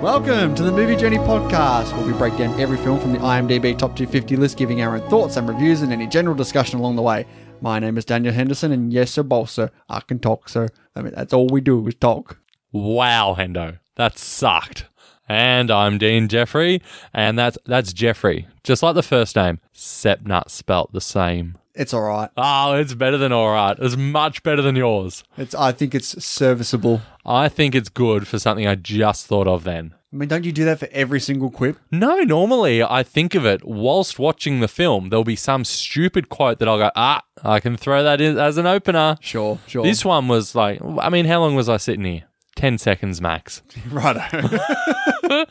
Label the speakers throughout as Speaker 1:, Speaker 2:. Speaker 1: Welcome to the Movie Journey Podcast, where we break down every film from the IMDb Top 250 list, giving our own thoughts and reviews and any general discussion along the way. My name is Daniel Henderson, and yes, sir, boss, sir, I can talk, sir. I mean, that's all we do is talk.
Speaker 2: Wow, Hendo, that sucked. And I'm Dean Jeffrey, and that's that's Jeffrey, just like the first name, except not spelt the same.
Speaker 1: It's all right.
Speaker 2: Oh, it's better than all right. It's much better than yours.
Speaker 1: It's I think it's serviceable.
Speaker 2: I think it's good for something I just thought of then.
Speaker 1: I mean, don't you do that for every single quip?
Speaker 2: No, normally I think of it whilst watching the film. There'll be some stupid quote that I'll go, ah, I can throw that in as an opener.
Speaker 1: Sure, sure.
Speaker 2: This one was like, I mean, how long was I sitting here? 10 seconds max.
Speaker 1: Righto.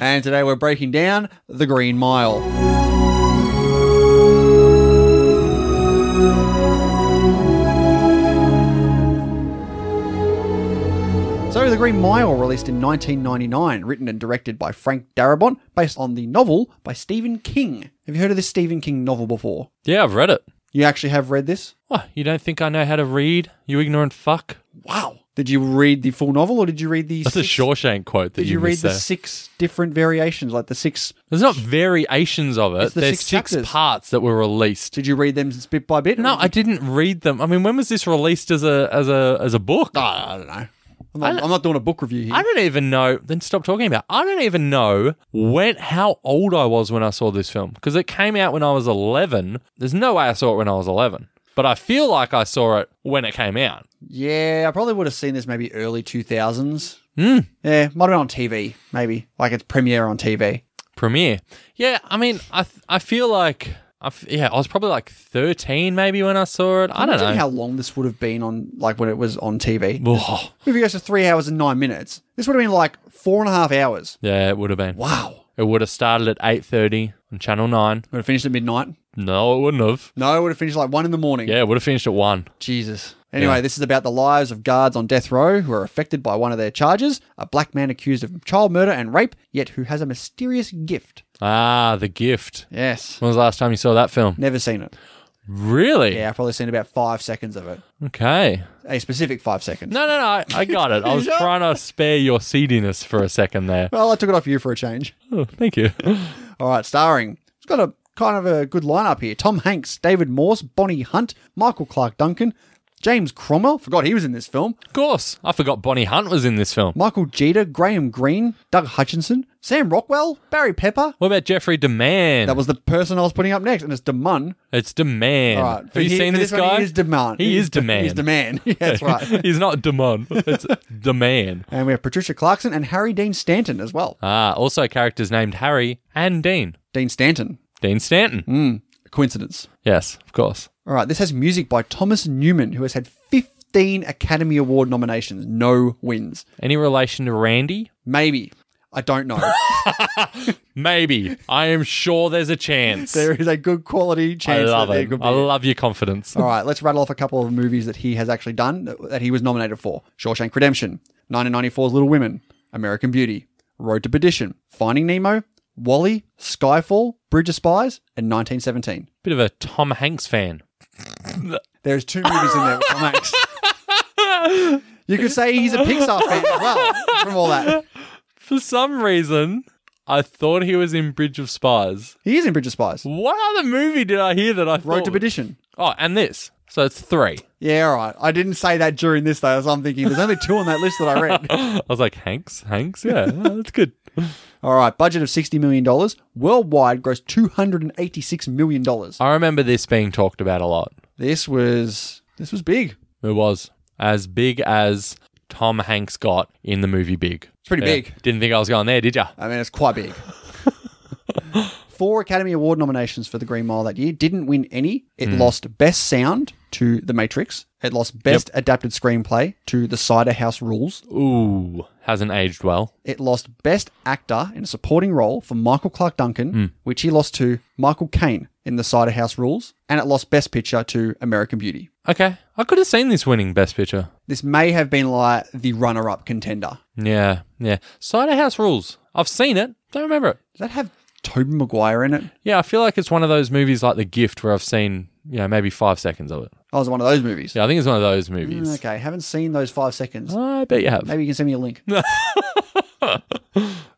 Speaker 1: and today we're breaking down The Green Mile. So, The Green Mile, released in 1999, written and directed by Frank Darabont, based on the novel by Stephen King. Have you heard of this Stephen King novel before?
Speaker 2: Yeah, I've read it.
Speaker 1: You actually have read this?
Speaker 2: What? You don't think I know how to read? You ignorant fuck.
Speaker 1: Wow. Did you read the full novel or did you read the.
Speaker 2: That's a Shawshank quote that
Speaker 1: Did you,
Speaker 2: you,
Speaker 1: read
Speaker 2: missed
Speaker 1: the
Speaker 2: there.
Speaker 1: six different variations, like the six?
Speaker 2: There's not variations of it.
Speaker 1: the
Speaker 2: There's
Speaker 1: six
Speaker 2: six,
Speaker 1: chapters.
Speaker 2: parts that were released.
Speaker 1: Did you read them bit by bit?
Speaker 2: No, I didn't read them. I mean, when was this released as a as a as a book?
Speaker 1: I, I don't know. I'm not, I'm not doing a book review here.
Speaker 2: I don't even know. Then stop talking about. I don't even know when how old I was when I saw this film because it came out when I was 11. There's no way I saw it when I was 11, but I feel like I saw it when it came out.
Speaker 1: Yeah, I probably would have seen this maybe early 2000s.
Speaker 2: Hmm.
Speaker 1: Yeah, might have been on TV, maybe. Like its premiere on TV.
Speaker 2: Premiere. Yeah, I mean, I th- I feel like I f- yeah, I was probably like 13 maybe when I saw it. I don't
Speaker 1: Imagine
Speaker 2: know.
Speaker 1: how long this would have been on, like when it was on TV.
Speaker 2: Oh,
Speaker 1: If it goes to three hours and nine minutes, this would have been like four and a half hours.
Speaker 2: yeah, it would have been.
Speaker 1: Wow.
Speaker 2: It would have started at 8:30 on Channel 9.
Speaker 1: Would have finished at midnight.
Speaker 2: No, it wouldn't have.
Speaker 1: No, it would have finished like one in the morning.
Speaker 2: Yeah, it would have finished at 1.
Speaker 1: Jesus. Anyway, this is about the lives of guards on death row who are affected by one of their charges a black man accused of child murder and rape, yet who has a mysterious gift.
Speaker 2: Ah, The Gift.
Speaker 1: Yes.
Speaker 2: When was the last time you saw that film?
Speaker 1: Never seen it.
Speaker 2: Really?
Speaker 1: Yeah, I've probably seen about five seconds of it.
Speaker 2: Okay.
Speaker 1: A specific five seconds.
Speaker 2: No, no, no. I- I got it. I was trying to spare your seediness for a second there.
Speaker 1: Well, I took it off you for a change.
Speaker 2: Oh, thank you.
Speaker 1: All right, starring. It's got a kind of a good lineup here: Tom Hanks, David Morse, Bonnie Hunt, Michael Clark Duncan, James Cromwell. Forgot he was in this film.
Speaker 2: Of course. I forgot Bonnie Hunt was in this film.
Speaker 1: Michael Jeter, Graham Greene, Doug Hutchinson, Sam Rockwell, Barry Pepper.
Speaker 2: What about Jeffrey Demand?
Speaker 1: That was the person I was putting up next, and it's Demun.
Speaker 2: it's Demand.
Speaker 1: All right, for
Speaker 2: Have you
Speaker 1: he-
Speaker 2: seen
Speaker 1: for
Speaker 2: this,
Speaker 1: one,
Speaker 2: guy?
Speaker 1: He is Demun.
Speaker 2: He is
Speaker 1: He's Demun.
Speaker 2: Demand.
Speaker 1: Yeah, that's right.
Speaker 2: He's not Demon. It's Demand.
Speaker 1: and we have Patricia Clarkson and Harry Dean Stanton as well.
Speaker 2: Ah, also characters named Harry and Dean.
Speaker 1: Dean Stanton.
Speaker 2: Dean Stanton.
Speaker 1: Mm. Coincidence.
Speaker 2: Yes, of course.
Speaker 1: All right, this has music by Thomas Newman, who has had 15 Academy Award nominations, no wins.
Speaker 2: Any relation to Randy?
Speaker 1: Maybe. I don't know.
Speaker 2: Maybe. I am sure there's a chance.
Speaker 1: there is a good quality
Speaker 2: I
Speaker 1: chance
Speaker 2: love
Speaker 1: that there
Speaker 2: it.
Speaker 1: could be.
Speaker 2: I love your confidence.
Speaker 1: All right, let's rattle off a couple of movies that he has actually done that- that he was nominated for Shawshank Redemption, 1994's Little Women, American Beauty, Road to Perdition, Finding Nemo, Wally, Skyfall, Bridge of Spies, and 1917.
Speaker 2: Bit of a Tom Hanks fan.
Speaker 1: There's two movies in there with Tom Hanks. You could say he's a Pixar fan as well from all that.
Speaker 2: For some reason, I thought he was in Bridge of Spies.
Speaker 1: He is in Bridge of Spies.
Speaker 2: What other movie did I hear that I
Speaker 1: Road
Speaker 2: thought?
Speaker 1: to Perdition.
Speaker 2: oh, and this. So it's three.
Speaker 1: Yeah, all right. I didn't say that during this though, so I'm thinking there's only two on that list that I read.
Speaker 2: I was like, Hanks? Hanks? Yeah, that's good.
Speaker 1: All right, budget of sixty million dollars, worldwide gross two hundred and eighty-six million dollars.
Speaker 2: I remember this being talked about a lot.
Speaker 1: This was this was big.
Speaker 2: It was as big as Tom Hanks got in the movie Big.
Speaker 1: It's pretty
Speaker 2: Yeah.
Speaker 1: big.
Speaker 2: Didn't think I was going there, did ya?
Speaker 1: I mean, it's quite big. Four Academy Award nominations for The Green Mile that year didn't win any. It lost Best Sound to The Matrix. It lost Best Adapted Screenplay to The Cider House Rules.
Speaker 2: Ooh, hasn't aged well.
Speaker 1: It lost Best Actor in a Supporting Role for Michael Clark Duncan, which he lost to Michael Caine in The Cider House Rules, and it lost Best Picture to American Beauty.
Speaker 2: Okay, I could have seen this winning Best Picture.
Speaker 1: This may have been like the runner-up contender.
Speaker 2: Yeah, yeah. Cider House Rules. I've seen it. Don't remember it.
Speaker 1: Does that have Toby Maguire in it?
Speaker 2: Yeah, I feel like it's one of those movies like The Gift where I've seen, you know, maybe five seconds of it.
Speaker 1: Oh, it's one of those movies.
Speaker 2: Yeah, I think it's one of those
Speaker 1: Mm,
Speaker 2: movies.
Speaker 1: Okay, haven't seen those five seconds.
Speaker 2: I bet you have.
Speaker 1: Maybe you can send me a link.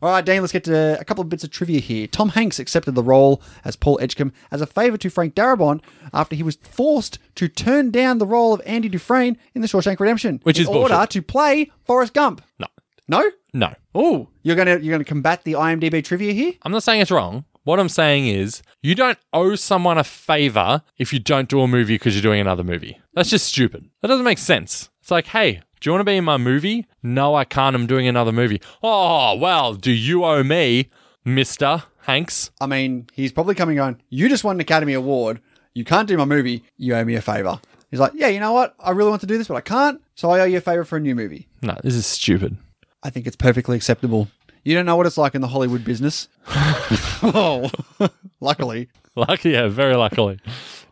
Speaker 1: All right, Dane, let's get to a couple of bits of trivia here. Tom Hanks accepted the role as Paul Edgecombe as a favour to Frank Darabont after he was forced to turn down the role of Andy Dufresne in The Shawshank Redemption,
Speaker 2: Which
Speaker 1: in
Speaker 2: is
Speaker 1: order
Speaker 2: bullshit.
Speaker 1: to play Forrest Gump.
Speaker 2: No,
Speaker 1: No,
Speaker 2: no.
Speaker 1: oh, you're gonna you're gonna combat the IMDb trivia here.
Speaker 2: I'm not saying it's wrong. What I'm saying is, you don't owe someone a favor if you don't do a movie because you're doing another movie. That's just stupid. That doesn't make sense. It's like, hey, do you want to be in my movie? No, I can't. I'm doing another movie. Oh, well, do you owe me, Mr. Hanks?
Speaker 1: I mean, he's probably coming on. You just won an Academy Award. You can't do my movie. You owe me a favor. He's like, yeah, you know what? I really want to do this, but I can't. So I owe you a favor for a new movie.
Speaker 2: No, this is stupid.
Speaker 1: I think it's perfectly acceptable. You don't know what it's like in the Hollywood business. oh, luckily.
Speaker 2: Lucky, yeah, very luckily.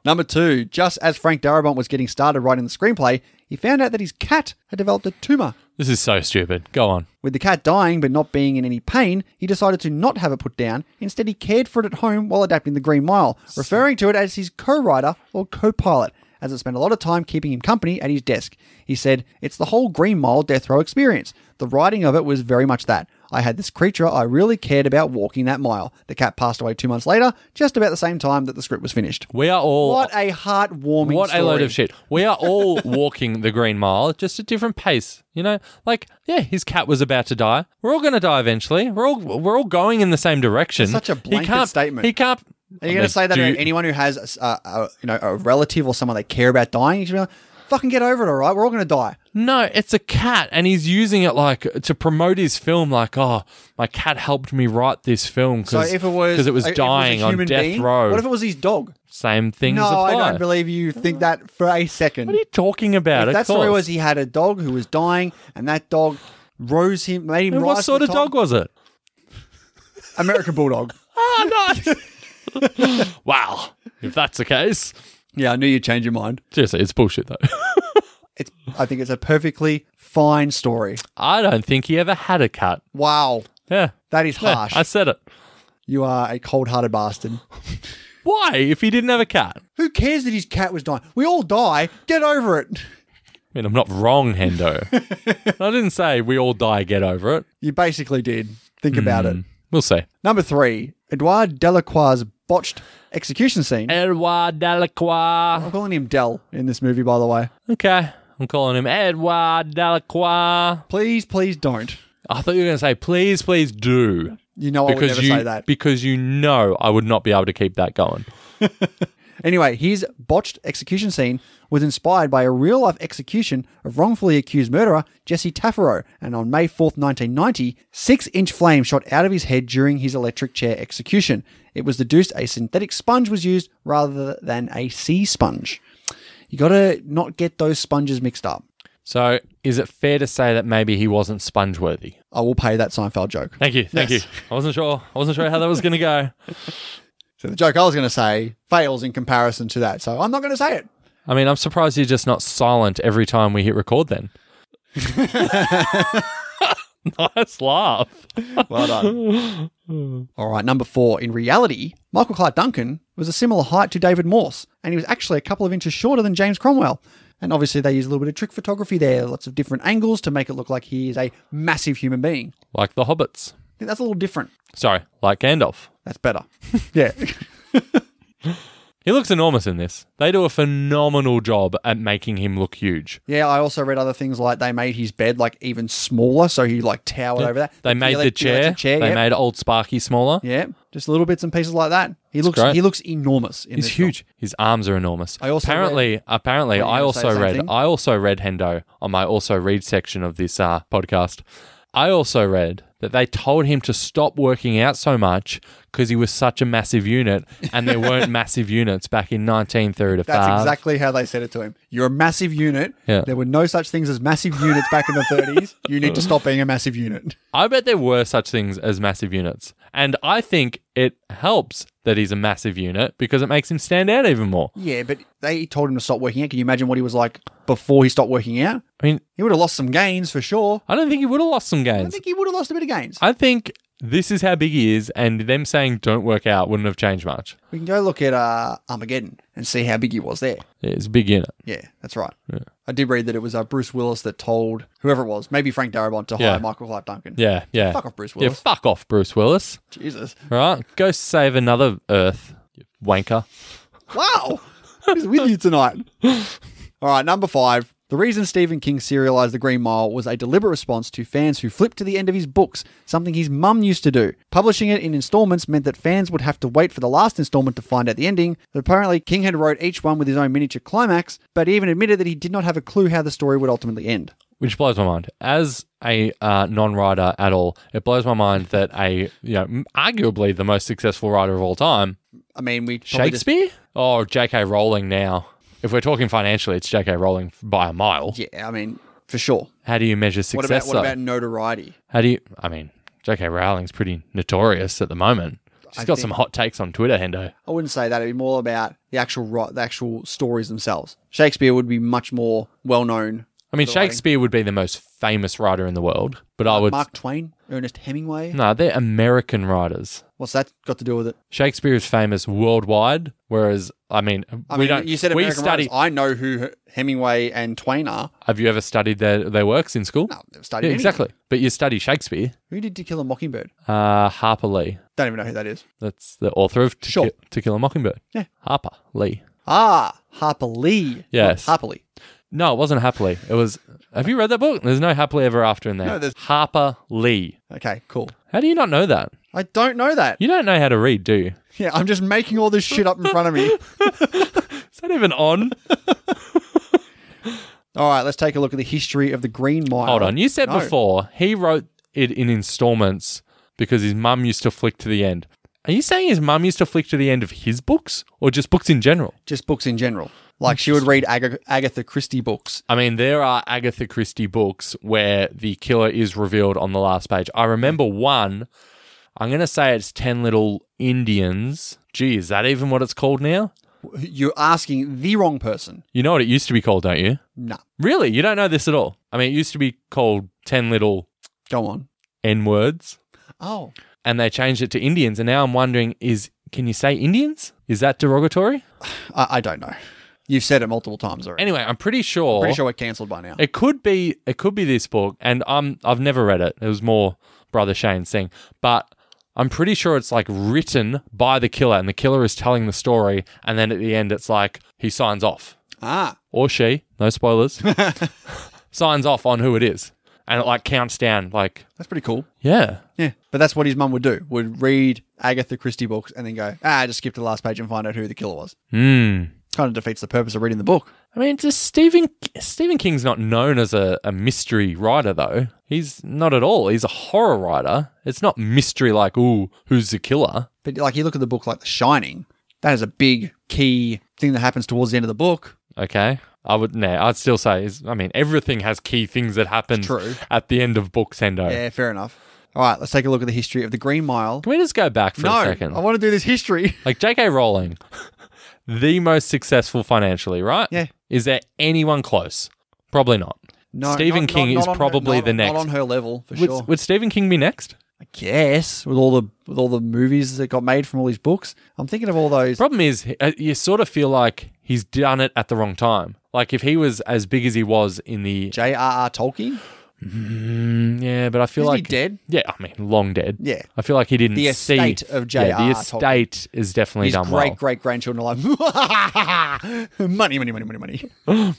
Speaker 1: Number two, just as Frank Darabont was getting started writing the screenplay, he found out that his cat had developed a tumor.
Speaker 2: This is so stupid. Go on.
Speaker 1: With the cat dying but not being in any pain, he decided to not have it put down. Instead, he cared for it at home while adapting the Green Mile, referring to it as his co writer or co pilot, as it spent a lot of time keeping him company at his desk. He said, It's the whole Green Mile death row experience. The writing of it was very much that. I had this creature I really cared about walking that mile. The cat passed away two months later, just about the same time that the script was finished.
Speaker 2: We are all.
Speaker 1: What a heartwarming
Speaker 2: What a load
Speaker 1: story.
Speaker 2: of shit. We are all walking the green mile, just a different pace. You know, like yeah, his cat was about to die. We're all going to die eventually. We're all we're all going in the same direction.
Speaker 1: such a blanket
Speaker 2: he can't,
Speaker 1: statement.
Speaker 2: He can't.
Speaker 1: Are you going to say that
Speaker 2: Do-
Speaker 1: to anyone who has uh, a, you know a relative or someone they care about dying? You should be like, fucking get over it, all right? We're all going to die.
Speaker 2: No, it's a cat, and he's using it like to promote his film. Like, oh, my cat helped me write this film
Speaker 1: So
Speaker 2: because
Speaker 1: if it was
Speaker 2: it was
Speaker 1: if a
Speaker 2: dying on
Speaker 1: human
Speaker 2: death
Speaker 1: being,
Speaker 2: row.
Speaker 1: what if it was his dog?
Speaker 2: Same things
Speaker 1: No,
Speaker 2: apply.
Speaker 1: I don't believe you think that for a second.
Speaker 2: what are you talking about? Of
Speaker 1: that story
Speaker 2: course.
Speaker 1: was he had a dog who was dying, and that dog rose him, made him
Speaker 2: And
Speaker 1: rise.
Speaker 2: what
Speaker 1: to
Speaker 2: sort
Speaker 1: the
Speaker 2: of
Speaker 1: top.
Speaker 2: dog was it?
Speaker 1: American bulldog. Ah,
Speaker 2: Oh, nice. wow. If that's the case,
Speaker 1: yeah, I knew you'd change your mind.
Speaker 2: seriously, it's bullshit though.
Speaker 1: It's. I think it's a perfectly fine story.
Speaker 2: I don't think he ever had a cat.
Speaker 1: Wow,
Speaker 2: Yeah.
Speaker 1: that is
Speaker 2: Yeah,
Speaker 1: harsh.
Speaker 2: I said it.
Speaker 1: you are a cold-hearted bastard.
Speaker 2: Why, if he didn't have a cat? I
Speaker 1: Who cares that his cat was dying? We all die. Get over it.
Speaker 2: mean, I'm not wrong, Hendo. I didn't say we all die, get over it.
Speaker 1: You basically did. Think about it.
Speaker 2: We'll see.
Speaker 1: Number three, Edouard Delacroix's botched execution scene.
Speaker 2: Edouard Delacroix.
Speaker 1: I'm calling him Del in this movie, by the way.
Speaker 2: Okay. I'm calling him Edouard Delacroix.
Speaker 1: Please, please don't.
Speaker 2: I thought you were going to say, please, please do.
Speaker 1: You know I would
Speaker 2: Because
Speaker 1: never
Speaker 2: you,
Speaker 1: say that.
Speaker 2: because you know I would not be able to keep that going.
Speaker 1: Anyway, his botched execution scene was inspired by a real life execution of wrongfully accused murderer Jesse Tafaro, and on May 4th, 1990, six inch flame shot out of his head during his electric chair execution. It was deduced a synthetic sponge was used rather than a sea sponge. You gotta not get those sponges mixed up.
Speaker 2: So, is it fair to say that maybe he wasn't sponge worthy?
Speaker 1: I will pay that Seinfeld joke.
Speaker 2: Thank you. Thank
Speaker 1: Yes.
Speaker 2: you. I wasn't sure. I wasn't sure how that was going to go.
Speaker 1: So the joke I was gonna say fails in comparison to that, so I'm not gonna say it.
Speaker 2: I mean, I'm surprised you're just not silent every time we hit record then. nice laugh.
Speaker 1: Well done. All right, number four. In reality, Michael Clark Duncan was a similar height to David Morse, and he was actually a couple of inches shorter than James Cromwell. And obviously, they use a little bit of trick photography there, lots of different angles to make it look like he is a massive human being.
Speaker 2: Like the hobbits.
Speaker 1: I think that's a little different.
Speaker 2: Sorry, like Gandalf.
Speaker 1: That's better. yeah.
Speaker 2: He looks enormous in this. They do a phenomenal job at making him look huge.
Speaker 1: Yeah, I also read other things like they made his bed like even smaller, so he like towered over that.
Speaker 2: They made the
Speaker 1: elec-
Speaker 2: chair.
Speaker 1: electric chair
Speaker 2: They
Speaker 1: yeah.
Speaker 2: made old Sparky smaller.
Speaker 1: yeah, just little bits and pieces like that. He looks
Speaker 2: great.
Speaker 1: he looks enormous. In
Speaker 2: He's
Speaker 1: this film.
Speaker 2: huge. His arms are enormous.
Speaker 1: I also
Speaker 2: apparently apparently
Speaker 1: you
Speaker 2: I
Speaker 1: gonna say the
Speaker 2: also
Speaker 1: same
Speaker 2: read
Speaker 1: thing?
Speaker 2: I also read Hendo on my also read section of this uh, podcast. I also read that they told him to stop working out so much because he was such a massive unit, and there weren't massive units back in 1935.
Speaker 1: That's exactly how they said it to him. You're a massive unit.
Speaker 2: Yeah.
Speaker 1: There were no such things as massive units back in the 30s. You need to stop being a massive unit.
Speaker 2: I bet there were such things as massive units, and I think it helps that he's a massive unit because it makes him stand out even more.
Speaker 1: Yeah, but they told him to stop working out. Can you imagine what he was like before he stopped working out?
Speaker 2: I mean,
Speaker 1: He would have lost some gains for sure.
Speaker 2: I don't think he would have lost some
Speaker 1: I
Speaker 2: gains.
Speaker 1: think he would have lost a bit of gains.
Speaker 2: I think this is how big he is, and them saying don't work out wouldn't have changed much.
Speaker 1: We can go look at uh, Armageddon and see how big he was there.
Speaker 2: Yeah, It's big in it.
Speaker 1: Yeah, that's right. I did read that it was uh, Bruce Willis that told whoever it was, maybe Frank Darabont, to
Speaker 2: Yeah.
Speaker 1: hire Michael Clark Duncan.
Speaker 2: Yeah, yeah.
Speaker 1: Fuck off, Bruce
Speaker 2: Yeah,
Speaker 1: Willis.
Speaker 2: fuck off, Bruce Willis.
Speaker 1: Jesus.
Speaker 2: All right, go save another Earth, you wanker.
Speaker 1: Wow. He's with you tonight. All right, number five. The reason Stephen King serialized The Green Mile was a deliberate response to fans who flipped to the end of his books, something his mum used to do. Publishing it in installments meant that fans would have to wait for the last installment to find out the ending. Apparently, King had wrote each one with his own miniature climax, but he even admitted that he did not have a clue how the story would ultimately end.
Speaker 2: which blows my mind as a uh, non-writer at all. It blows my mind that a you know m- arguably the most successful writer of all time,
Speaker 1: I mean, we probably just-
Speaker 2: Shakespeare or J.K. Rowling. Now, if we're talking financially, it's J.K. Rowling f- by a mile.
Speaker 1: yeah, I mean, for sure.
Speaker 2: How do you measure
Speaker 1: What
Speaker 2: success?
Speaker 1: about what
Speaker 2: though?
Speaker 1: about notoriety?
Speaker 2: How do you? I mean, J.K. Rowling's pretty notorious at the moment. She's got some hot takes on Twitter, Hendo.
Speaker 1: I wouldn't say that. It'd be more about the actual ri- the actual stories themselves. Shakespeare would be much more well known.
Speaker 2: I mean, Shakespeare would be the most famous writer in the world, but Hmm. I would
Speaker 1: Mark Twain, Ernest Hemingway.
Speaker 2: no, they're American writers.
Speaker 1: What's that got to do with it?
Speaker 2: Shakespeare is famous worldwide, whereas I mean,
Speaker 1: I
Speaker 2: we
Speaker 1: mean,
Speaker 2: don't.
Speaker 1: you said
Speaker 2: we
Speaker 1: American
Speaker 2: study.
Speaker 1: writers. I know who H- Hemingway and Twain are.
Speaker 2: Have you ever studied their, their works in school?
Speaker 1: No, they've studied
Speaker 2: Yeah,
Speaker 1: anything.
Speaker 2: exactly. But you study Shakespeare.
Speaker 1: Who did To Kill a Mockingbird?
Speaker 2: Uh, Harper Lee.
Speaker 1: Don't even know who that is.
Speaker 2: That's the author of To,
Speaker 1: Sure.
Speaker 2: Ki- to Kill a Mockingbird.
Speaker 1: Yeah.
Speaker 2: Harper Lee.
Speaker 1: Ah, Harper Lee.
Speaker 2: Yes.
Speaker 1: Not Harper Lee.
Speaker 2: No, it wasn't Harper Lee. It was. Have you read that book? There's no Happily Ever After in there.
Speaker 1: No, there's-
Speaker 2: Harper Lee.
Speaker 1: Okay, cool.
Speaker 2: How do you not know that?
Speaker 1: I don't know that.
Speaker 2: You don't know how to read, do you?
Speaker 1: Yeah, I'm just making all this shit up in front of me.
Speaker 2: Is that even on?
Speaker 1: All right, let's take a look at the history of the Green Mile.
Speaker 2: Hold on. You said
Speaker 1: No.
Speaker 2: before he wrote it in installments because his mum used to flick to the end. Are you saying his mum used to flick to the end of his books or just books in general?
Speaker 1: Just books in general. Like she would read Ag- Agatha Christie books.
Speaker 2: I mean, there are Agatha Christie books where the killer is revealed on the last page. I remember one. I'm going to say it's 10 Little Indians. Gee, is that even what it's called now?
Speaker 1: You're asking the wrong person.
Speaker 2: You know what it used to be called, don't you?
Speaker 1: Nah,
Speaker 2: Really? You don't know this at all. I mean, it used to be called 10 Little
Speaker 1: go on.
Speaker 2: N Words,
Speaker 1: Oh,
Speaker 2: and they changed it to Indians. And now I'm wondering is can you say Indians? Is that derogatory?
Speaker 1: I, I don't know. You've said it multiple times already.
Speaker 2: Anyway, I'm pretty sure.
Speaker 1: Pretty sure we're cancelled by now.
Speaker 2: It could be it could be this book, and I'm I've never read it. It was more Brother Shane's thing, but I'm pretty sure it's like written by the killer, and the killer is telling the story, and then at the end it's like he signs off
Speaker 1: Ah,
Speaker 2: or she, no spoilers, signs off on who it is, and it like counts down like
Speaker 1: that's pretty cool.
Speaker 2: yeah.
Speaker 1: Yeah, but that's what his mum would do. Would read Agatha Christie books and then go, ah, just skip to the last page and find out who the killer was.
Speaker 2: Hmm.
Speaker 1: Kind of defeats the purpose of reading the book.
Speaker 2: I mean, just Stephen Stephen King's not known as a, a mystery writer, though. He's not at all. He's a horror writer. It's not mystery like, ooh, who's the killer?
Speaker 1: But like, you look at the book like The Shining. That is a big key thing that happens towards the end of the book.
Speaker 2: Okay. I would, nah, I'd still say, is, I mean, everything has key things that happen
Speaker 1: true.
Speaker 2: at the end of books, Endo.
Speaker 1: Yeah, fair enough. All right, let's take a look at the history of the Green Mile.
Speaker 2: Can we just go back for
Speaker 1: No,
Speaker 2: a
Speaker 1: I
Speaker 2: second?
Speaker 1: want to do this history.
Speaker 2: Like, J.K. Rowling, the most successful financially, right?
Speaker 1: Yeah.
Speaker 2: Is there anyone close? Probably not.
Speaker 1: No,
Speaker 2: Stephen
Speaker 1: not-
Speaker 2: King
Speaker 1: not-
Speaker 2: is
Speaker 1: not on her-
Speaker 2: probably
Speaker 1: not-
Speaker 2: the next.
Speaker 1: Not on her level for
Speaker 2: Would,
Speaker 1: sure.
Speaker 2: would Stephen King be next?
Speaker 1: I guess with all the with all the movies that got made from all these books, I'm thinking of all those.
Speaker 2: Problem is, he- uh, you sort of feel like he's done it at the wrong time. Like, if he was as big as he was in the.
Speaker 1: J.R.R. Tolkien,
Speaker 2: Mm, yeah, but I feel
Speaker 1: is he
Speaker 2: like.
Speaker 1: dead?
Speaker 2: Yeah, I mean, long dead.
Speaker 1: Yeah,
Speaker 2: I feel like he didn't
Speaker 1: The
Speaker 2: see
Speaker 1: estate of
Speaker 2: Yeah,
Speaker 1: J.R.R.
Speaker 2: the
Speaker 1: Tolkien.
Speaker 2: estate is definitely
Speaker 1: his
Speaker 2: done well.
Speaker 1: great great grandchildren are like money, money, money, money, money.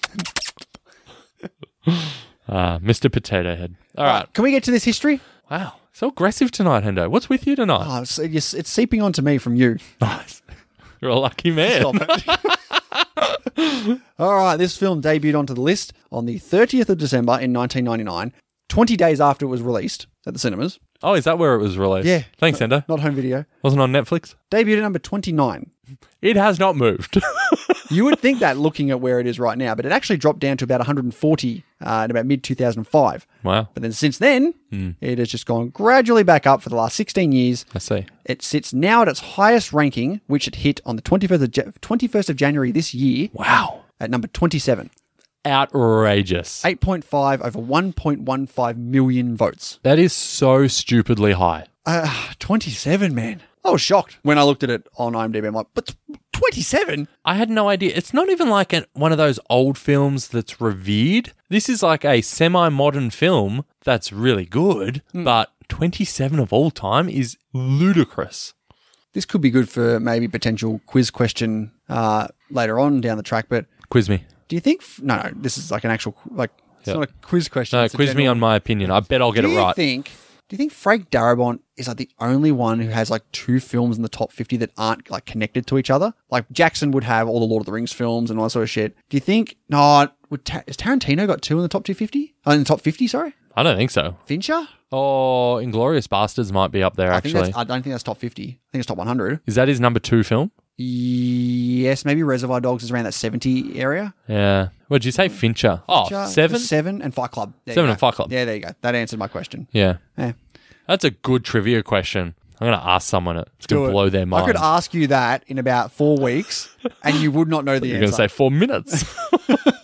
Speaker 2: Uh, Mr. Potato Head. All right.
Speaker 1: Can we get to this history?
Speaker 2: Wow. So aggressive tonight, Hendo. What's with you tonight?
Speaker 1: Oh, it's, it's, it's seeping onto me from you.
Speaker 2: Nice. You're a lucky man.
Speaker 1: Oh, Stop it. All right, this film debuted onto the list on the 30th of December in 1999, 20 days after it was released at the cinemas.
Speaker 2: Oh, is that where it was released?
Speaker 1: Yeah.
Speaker 2: Thanks, Hendo.
Speaker 1: Not home video.
Speaker 2: Wasn't on Netflix.
Speaker 1: Debuted at number 29.
Speaker 2: It has not moved.
Speaker 1: You would think that looking at where it is right now, but it actually dropped down to about 140 uh, in about mid 2005.
Speaker 2: wow.
Speaker 1: But then since then,
Speaker 2: Hmm.
Speaker 1: it has just gone gradually back up for the last 16 years.
Speaker 2: I see.
Speaker 1: It sits now at its highest ranking, which it hit on the 21st of, Ja- 21st of January this year
Speaker 2: Wow.
Speaker 1: at number 27.
Speaker 2: Outrageous.
Speaker 1: 8.5 over 1.15 million votes.
Speaker 2: That is so stupidly high.
Speaker 1: Uh, 27, man. I was shocked when I looked at it on IMDb. I'm like, but 27?
Speaker 2: I had no idea. It's not even like an, one of those old films that's revered. This is like a semi modern film that's really good, but 27 of all time is ludicrous.
Speaker 1: This could be good for maybe potential quiz question uh, later on down the track. But
Speaker 2: Quiz me.
Speaker 1: do you think? f- No, no. This is like an actual like. It's
Speaker 2: Yeah.
Speaker 1: not a quiz question.
Speaker 2: No,
Speaker 1: it's a
Speaker 2: quiz me
Speaker 1: general-
Speaker 2: on my opinion. I bet I'll get
Speaker 1: do
Speaker 2: it
Speaker 1: you
Speaker 2: right.
Speaker 1: think? Do you think Frank Darabont is like the only one who has like two films in the top fifty that aren't like connected to each other? Like Jackson would have all the Lord of the Rings films and all that sort of shit. Do you think? No, would Ta- has Tarantino got two in the top two fifty? Oh, in the top fifty, sorry.
Speaker 2: I don't think so.
Speaker 1: Fincher.
Speaker 2: Oh, Inglorious Bastards might be up there,
Speaker 1: I think that's,
Speaker 2: actually.
Speaker 1: I don't think that's top fifty. I think it's top one hundred.
Speaker 2: Is that his number two film?
Speaker 1: Yes, maybe Reservoir Dogs is around that seventy area.
Speaker 2: Yeah. What did you say? Fincher. Oh,
Speaker 1: Fincher,
Speaker 2: seven?
Speaker 1: seven, and Fight Club. There you
Speaker 2: Seven
Speaker 1: go.
Speaker 2: and Fight Club.
Speaker 1: Yeah, there you go. That answered my question.
Speaker 2: Yeah.
Speaker 1: Yeah.
Speaker 2: That's a good trivia question. I'm going to ask someone it. It's going to blow their mind.
Speaker 1: I could ask you that in about four weeks, and you would not know the
Speaker 2: You're
Speaker 1: answer.
Speaker 2: going to say four minutes.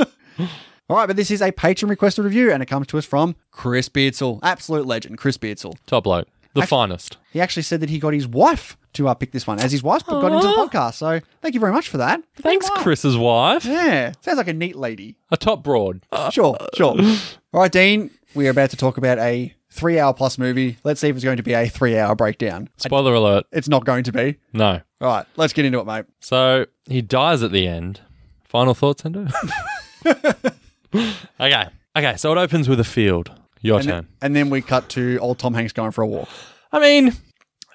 Speaker 1: All right, but this is a patron requested review, and it comes to us from Chris Beardsall, absolute legend, Chris Beardsall.
Speaker 2: Top bloke. The finest.
Speaker 1: He actually said that he got his wife to uh, pick this one, as his wife got into the podcast. So thank you very much for that.
Speaker 2: Thanks, Chris's wife.
Speaker 1: Yeah, sounds like a neat lady.
Speaker 2: A top broad.
Speaker 1: Sure, sure. All right, Dean, we are about to talk about a three-hour plus movie. Let's see if it's going to be a three-hour breakdown.
Speaker 2: Spoiler alert.
Speaker 1: It's not going to be.
Speaker 2: No.
Speaker 1: All right, let's get into it, mate.
Speaker 2: So he dies at the end. Final thoughts, Endo? okay. Okay. So it opens with a field. Your
Speaker 1: And,
Speaker 2: turn.
Speaker 1: and then we cut to old Tom Hanks going for a walk.
Speaker 2: I mean,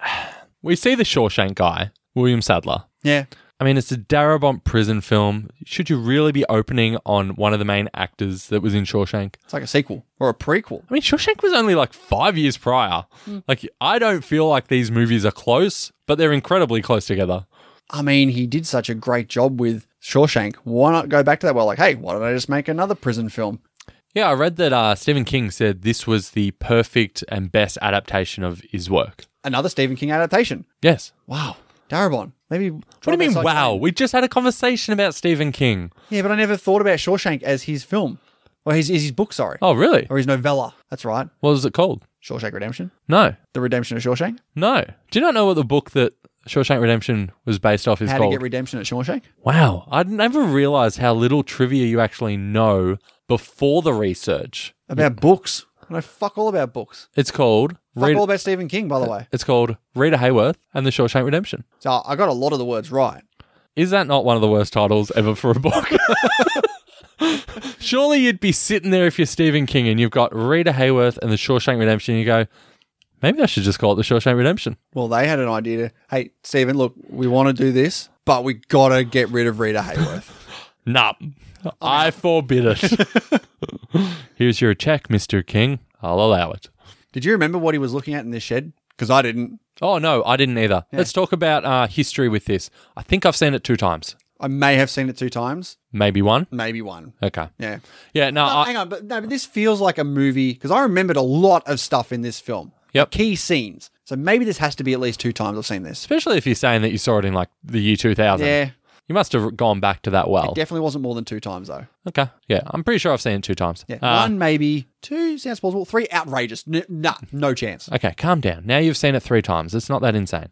Speaker 2: we see the Shawshank guy, William Sadler.
Speaker 1: Yeah,
Speaker 2: I mean, it's a Darabont prison film. Should you really be opening on one of the main actors that was in Shawshank?
Speaker 1: it's like a sequel or a prequel.
Speaker 2: I mean, Shawshank was only like five years prior.
Speaker 1: Hmm.
Speaker 2: Like, I don't feel like these movies are close, but they're incredibly close together.
Speaker 1: I mean, he did such a great job with Shawshank. Why not go back to that? Well, like, hey, why don't I just make another prison film?
Speaker 2: Yeah, I read that uh, Stephen King said this was the perfect and best adaptation of his work.
Speaker 1: Another Stephen King adaptation.
Speaker 2: Yes.
Speaker 1: Wow. Darabont. Maybe.
Speaker 2: What do you mean, wow? We just had a conversation about Stephen King.
Speaker 1: Yeah, but I never thought about Shawshank as his film. Or his, his, his book, sorry.
Speaker 2: Oh, really?
Speaker 1: Or his novella. That's right.
Speaker 2: What was it called?
Speaker 1: Shawshank Redemption.
Speaker 2: No.
Speaker 1: The Redemption of Shawshank.
Speaker 2: No. Do you not know what the book that Shawshank Redemption was based off is
Speaker 1: How
Speaker 2: called?
Speaker 1: to get redemption at Shawshank.
Speaker 2: wow. I never realized how little trivia you actually know before the research.
Speaker 1: About books. I know fuck all about books.
Speaker 2: It's called
Speaker 1: Fuck
Speaker 2: Rita,
Speaker 1: all about Stephen King, by the way.
Speaker 2: It's called Rita Hayworth and the Shawshank Redemption.
Speaker 1: So I got a lot of the words right.
Speaker 2: Is that not one of the worst titles ever for a book? Surely you'd be sitting there if you're Stephen King and you've got Rita Hayworth and the Shawshank Redemption. And you go, maybe I should just call it the Shawshank Redemption.
Speaker 1: Well, they had an idea to, hey, Stephen, look, we want to do this, but we got to get rid of Rita Hayworth.
Speaker 2: Nah, I forbid it. Here's your check, Mr. King. I'll allow it.
Speaker 1: Did you remember what he was looking at in this shed? Because I didn't.
Speaker 2: Oh, no, I didn't either. Let's talk about uh, history with this. I think I've seen it two times,
Speaker 1: I may have seen it two times,
Speaker 2: maybe one.
Speaker 1: maybe one.
Speaker 2: Okay.
Speaker 1: Yeah.
Speaker 2: Yeah, no,
Speaker 1: Oh,
Speaker 2: I,
Speaker 1: hang on, but no, but this feels like a movie because I remembered a lot of stuff in this film.
Speaker 2: Yep.
Speaker 1: Key scenes. So maybe this has to be at least two times I've seen this.
Speaker 2: especially if you're saying that you saw it in like the year 2000.
Speaker 1: Yeah.
Speaker 2: You must have gone back to that well.
Speaker 1: Definitely wasn't more than two times though.
Speaker 2: Okay. Yeah, I'm pretty sure I've seen it two times.
Speaker 1: Yeah.
Speaker 2: Uh,
Speaker 1: one maybe, two sounds plausible, three outrageous. N- nah, no chance.
Speaker 2: okay, calm down. Now you've seen it three times. It's not that insane.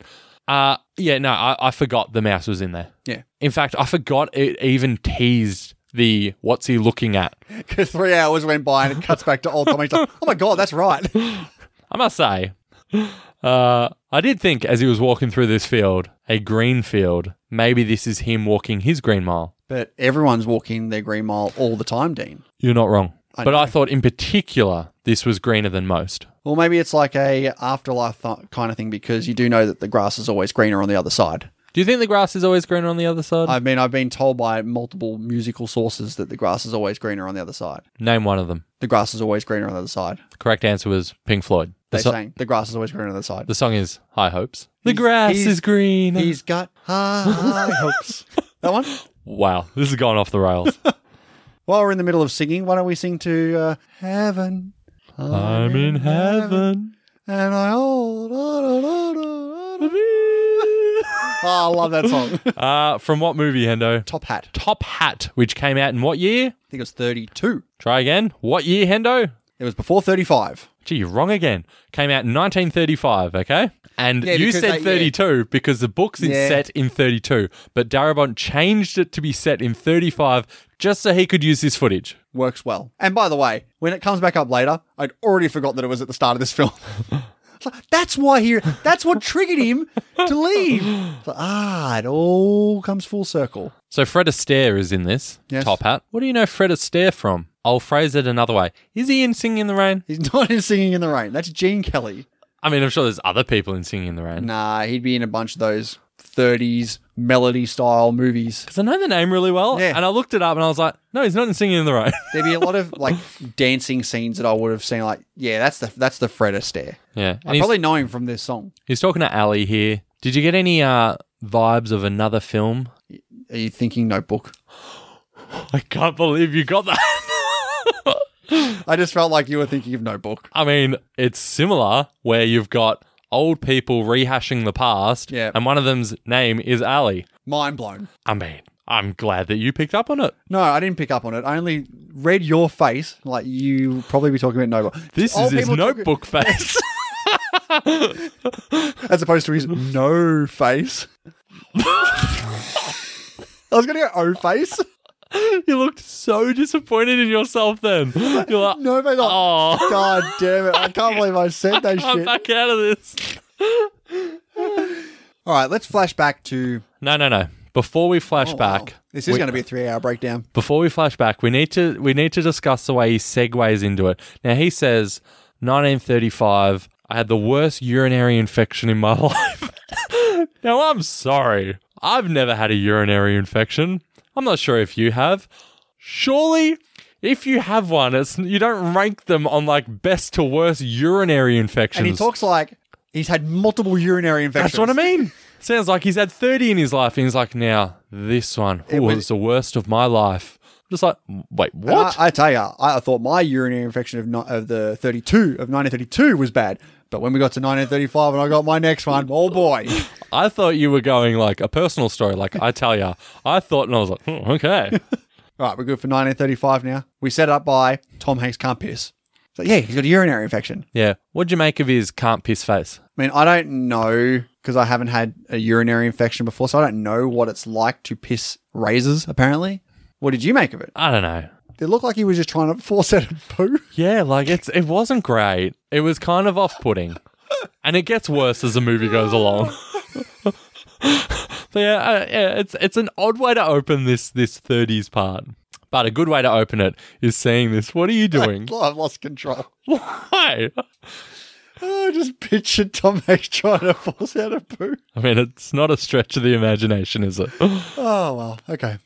Speaker 2: Uh, yeah, no, I, I forgot the mouse was in there.
Speaker 1: Yeah.
Speaker 2: In fact, I forgot it even teased the what's he looking at.
Speaker 1: Because three hours went by and it cuts back to old Tommy. He's like, oh my god, that's right.
Speaker 2: I must say, uh, I did think as he was walking through this field, a green field, maybe this is him walking his green mile.
Speaker 1: But everyone's walking their green mile all the time, Dean.
Speaker 2: You're not wrong.
Speaker 1: I
Speaker 2: but I thought in particular, this was greener than most.
Speaker 1: Well, maybe it's like a afterlife th- kind of thing because you do know that the grass is always greener on the other side.
Speaker 2: Do you think the grass is always greener on the other side?
Speaker 1: I mean, I've been told by multiple musical sources that the grass is always greener on the other side.
Speaker 2: Name one of them.
Speaker 1: The grass is always greener on the other side.
Speaker 2: The correct answer was Pink Floyd. The,
Speaker 1: They're
Speaker 2: so-
Speaker 1: saying the grass is always greener on the other side.
Speaker 2: the song is High Hopes. The grass
Speaker 1: he's-
Speaker 2: is green.
Speaker 1: He's got high hopes. That one?
Speaker 2: Wow, this has gone off the rails.
Speaker 1: While we're in the middle of singing, why don't we sing to uh, Heaven?
Speaker 2: I'm in heaven.
Speaker 1: And I hold. Oh, I love that song.
Speaker 2: uh, from what movie, Hendo?
Speaker 1: Top Hat. I
Speaker 2: Top Hat, which came out in what year?
Speaker 1: think it was 32.
Speaker 2: Try again. What year, Hendo?
Speaker 1: It was before 35.
Speaker 2: Gee, you're wrong again. Came out in 1935, okay? And
Speaker 1: Yeah,
Speaker 2: you
Speaker 1: because
Speaker 2: said
Speaker 1: they- yeah.
Speaker 2: 32 because the book's in
Speaker 1: Yeah.
Speaker 2: set in 32, but Darabont changed it to be set in 35 just so he could use this footage.
Speaker 1: Works well. And by the way, when it comes back up later, I'd already forgot that it was at the start of this film. It's like, that's why he. That's what triggered him to leave. It's like, ah, it all comes full circle.
Speaker 2: So Fred Astaire is in this
Speaker 1: Yes.
Speaker 2: top hat. What do you know Fred Astaire from? I'll phrase it another way. Is he in Singing in the Rain?
Speaker 1: He's not in Singing in the Rain. That's Gene Kelly.
Speaker 2: I mean, I'm sure there's other people in Singing in the Rain.
Speaker 1: Nah, he'd be in a bunch of those 30s melody style movies.
Speaker 2: Because I know the name really well.
Speaker 1: Yeah.
Speaker 2: And I looked it up and I was like, no, he's not in Singing in the Rain.
Speaker 1: There'd be a lot of like dancing scenes that I would have seen. Like, yeah, that's the that's the Fred Astaire.
Speaker 2: yeah. And
Speaker 1: I
Speaker 2: he's,
Speaker 1: probably know him from this song.
Speaker 2: he's talking to Ali here. Did you get any uh, vibes of another film?
Speaker 1: Are you thinking Notebook?
Speaker 2: I can't believe you got that.
Speaker 1: I just felt like you were thinking of Notebook.
Speaker 2: I mean, it's similar where you've got old people rehashing the past,
Speaker 1: Yeah.
Speaker 2: and one of them's name is Ali.
Speaker 1: Mind blown.
Speaker 2: I mean, I'm glad that you picked up on it.
Speaker 1: No, I didn't pick up on it. I only read your face. Like you probably be talking about Notebook.
Speaker 2: This
Speaker 1: Old
Speaker 2: is his
Speaker 1: people talk-
Speaker 2: notebook face.
Speaker 1: as opposed to his no face. I was gonna go O face.
Speaker 2: you looked so disappointed in yourself then. You're like,
Speaker 1: No face. Oh,
Speaker 2: oh,
Speaker 1: God damn it! I can't believe I said that
Speaker 2: I'm
Speaker 1: shit.
Speaker 2: back out of this.
Speaker 1: All right, let's flash back to
Speaker 2: No, no, no. Before we flash
Speaker 1: Oh, wow.
Speaker 2: back,
Speaker 1: This is
Speaker 2: we-
Speaker 1: going to be a three-hour breakdown.
Speaker 2: before we flash back, we need to we need to discuss the way he segues into it. Now he says, 1935, I had the worst urinary infection in my life. now I'm sorry. I've never had a urinary infection. I'm not sure if you have. Surely if you have one, it's you don't rank them on like best to worst urinary infections.
Speaker 1: And he talks like he's had multiple urinary infections.
Speaker 2: That's what I mean. Sounds like he's had 30 in his life, and he's like, now, this one ooh,
Speaker 1: was-
Speaker 2: was, the worst of my life. I'm just like, wait,
Speaker 1: And
Speaker 2: what?
Speaker 1: I, I tell you, I, I thought my urinary infection of ni- of the 32 of 1932 was bad, but when we got to 1935 and I got my next one, oh boy,
Speaker 2: I, thought you were going like a personal story. Like, I tell ya, I thought, and I was like, hmm, okay.
Speaker 1: All right, we're good for 1935 now. We set it up by Tom Hanks can't piss. So yeah, he's got a urinary infection.
Speaker 2: yeah. What'd you make of his can't piss face?
Speaker 1: I mean, I don't know because I haven't had a urinary infection before, so I don't know what it's like to piss razors. Apparently, what did you make of it?
Speaker 2: I don't know.
Speaker 1: It looked like he was just trying to force out a poo.
Speaker 2: Yeah, like it's it wasn't great. It was kind of off-putting, and it gets worse as the movie goes along. so yeah, uh, yeah, it's it's an odd way to open this this '30s part, but a good way to open it is saying this. What are you doing?
Speaker 1: Oh, I've lost control.
Speaker 2: Why?
Speaker 1: Oh, I just pictured Tom Hanks trying to force out a poo.
Speaker 2: I mean, it's not a stretch of the imagination, is it? a
Speaker 1: Oh well, okay.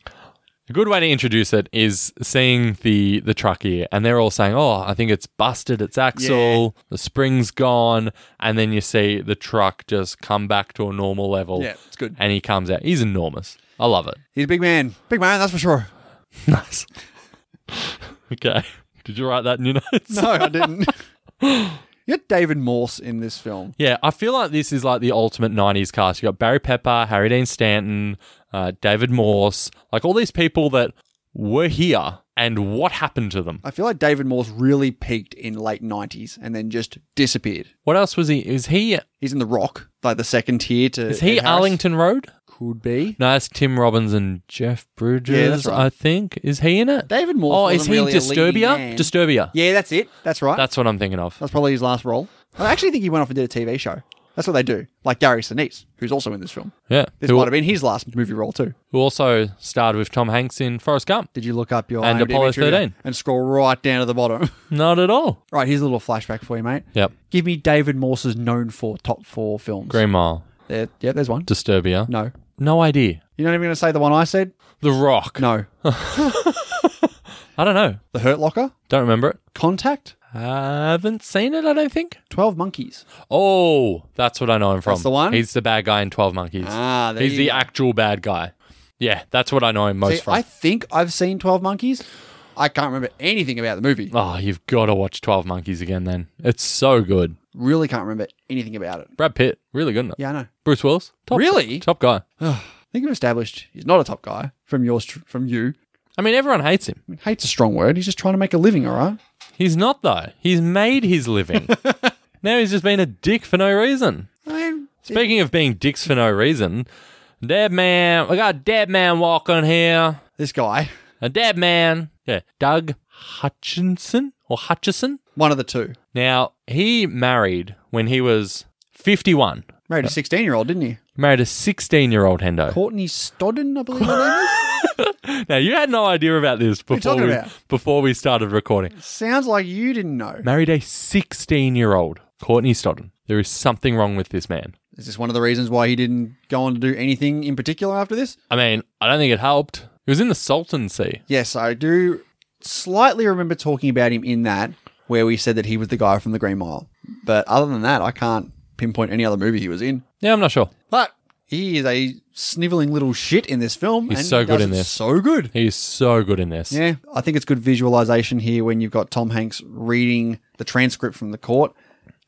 Speaker 2: good way to introduce it is seeing the the truck here, and they're all saying, "Oh, I think it's busted, its axle, the spring's gone," and then you see the truck just come back to a normal level.
Speaker 1: Yeah, it's good.
Speaker 2: and he comes out. He's enormous. I love it.
Speaker 1: He's a big man. Big man, that's for sure.
Speaker 2: Nice. okay. Did you write that in your notes?
Speaker 1: No, I didn't. you got David Morse in this film.
Speaker 2: Yeah, I feel like this is like the ultimate 90s cast. You got Barry Pepper, Harry Dean Stanton, uh, David Morse, like all these people that were here and what happened to them.
Speaker 1: I feel like David Morse really peaked in late nineties and then just disappeared.
Speaker 2: What else was he? Is he
Speaker 1: He's in The Rock, like the second tier to
Speaker 2: is he
Speaker 1: Ed Harris.
Speaker 2: Arlington Road?
Speaker 1: Could be.
Speaker 2: No, that's Tim Robbins and Jeff Bridges,
Speaker 1: Yeah, that's right.
Speaker 2: I think. Is he in it?
Speaker 1: David Morse.
Speaker 2: oh,
Speaker 1: wasn't
Speaker 2: is he
Speaker 1: really a leading
Speaker 2: Disturbia?
Speaker 1: man.
Speaker 2: Disturbia.
Speaker 1: yeah, that's it. That's right.
Speaker 2: That's what I'm thinking of.
Speaker 1: That's probably his last role. I actually think he went off and did a TV show. That's what they do. Like Gary Sinise, who's also in this film.
Speaker 2: Yeah.
Speaker 1: This
Speaker 2: Who-
Speaker 1: might have been his last movie role too.
Speaker 2: who also starred with Tom Hanks in Forrest Gump.
Speaker 1: Did you look up your
Speaker 2: And
Speaker 1: IMDb
Speaker 2: Apollo
Speaker 1: trivia
Speaker 2: 13.
Speaker 1: and scroll right down to the bottom?
Speaker 2: Not at all.
Speaker 1: right, here's a little flashback for you, mate.
Speaker 2: Yep.
Speaker 1: Give me David Morse's known for top four films.
Speaker 2: Green Mile,
Speaker 1: There, yeah, there's one.
Speaker 2: Disturbia. No,
Speaker 1: No,
Speaker 2: idea.
Speaker 1: you're not even going to say the one I said.
Speaker 2: The Rock.
Speaker 1: No,
Speaker 2: I don't know.
Speaker 1: The Hurt Locker,
Speaker 2: Don't remember it.
Speaker 1: Contact,
Speaker 2: Haven't seen it, I don't think.
Speaker 1: Twelve Monkeys.
Speaker 2: Oh, that's what I know him from.
Speaker 1: That's the one?
Speaker 2: He's the bad guy in 12 Monkeys.
Speaker 1: Ah, there
Speaker 2: He's
Speaker 1: you
Speaker 2: the
Speaker 1: go.
Speaker 2: actual bad guy. Yeah, that's what I know him most
Speaker 1: See,
Speaker 2: from.
Speaker 1: I think I've seen Twelve Monkeys. I can't remember anything about the movie.
Speaker 2: Oh, you've got to watch 12 Monkeys again then. It's so good.
Speaker 1: Really can't remember anything about it.
Speaker 2: Brad Pitt, really good in it.
Speaker 1: Yeah, I know.
Speaker 2: Bruce Willis, top,
Speaker 1: Really?
Speaker 2: top guy.
Speaker 1: I think we've established he's not a top guy from yours, from you.
Speaker 2: I mean, everyone hates him.
Speaker 1: I mean, hate's a strong word. He's just trying to make a living, all right?
Speaker 2: He's not though. He's made his living. now he's just been a dick for no reason.
Speaker 1: I mean,
Speaker 2: Speaking of being dicks for no reason, dead man. We got a dead man walking here.
Speaker 1: this guy,
Speaker 2: A dead man. Yeah, Doug Hutchinson or Hutchison.
Speaker 1: one of the two,
Speaker 2: Now he married when he was fifty-one.
Speaker 1: married a 16 year old, didn't he?
Speaker 2: He married a sixteen-year-old Hendo.
Speaker 1: Courtney Stodden, I believe her name is.
Speaker 2: Now you had no idea about this
Speaker 1: you
Speaker 2: before
Speaker 1: talking
Speaker 2: we,
Speaker 1: about?
Speaker 2: before we started recording.
Speaker 1: Sounds like you didn't know.
Speaker 2: Married a 16 year old, Courtney Stodden. There is something wrong with this man.
Speaker 1: Is this one of the reasons why he didn't go on to do anything in particular after this?
Speaker 2: I mean, I don't think it helped. He was in the Sultancy.
Speaker 1: Yes, I do slightly remember talking about him in that where we said that he was the guy from the Green Mile. But other than that, I can't pinpoint any other movie he was in.
Speaker 2: Yeah, I'm not sure.
Speaker 1: But he is a sniveling little shit in this film.
Speaker 2: He's
Speaker 1: and
Speaker 2: so
Speaker 1: he
Speaker 2: good
Speaker 1: does
Speaker 2: in
Speaker 1: it
Speaker 2: this.
Speaker 1: So good.
Speaker 2: He is so good in this.
Speaker 1: Yeah, I think it's good visualization here when you've got Tom Hanks reading the transcript from the court,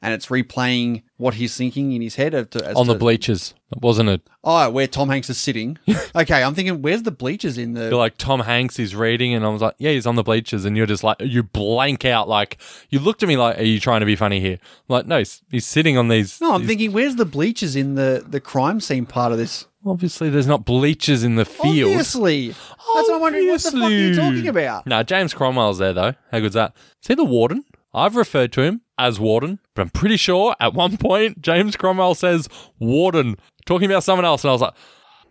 Speaker 1: and it's replaying what he's thinking in his head. As to, as
Speaker 2: On the
Speaker 1: to-
Speaker 2: bleachers. It wasn't a
Speaker 1: oh, where Tom Hanks is sitting. okay, I'm thinking, where's the bleachers in the?
Speaker 2: you're like Tom Hanks is reading and I was like, Yeah, he's on the bleachers and you're just like you blank out like you looked at me like, Are you trying to be funny here? I'm like, no, he's, he's sitting on these
Speaker 1: No, I'm thinking, where's the bleachers in the the crime scene part of this?
Speaker 2: obviously there's not bleachers in the field.
Speaker 1: Obviously, that's what I'm wondering. What the fuck are you
Speaker 2: Obviously.
Speaker 1: talking about?
Speaker 2: No, James Cromwell's there though. How good's that? Is he the warden? I've referred to him as warden, but I'm pretty sure at one point James Cromwell says warden, talking about someone else, and I was like,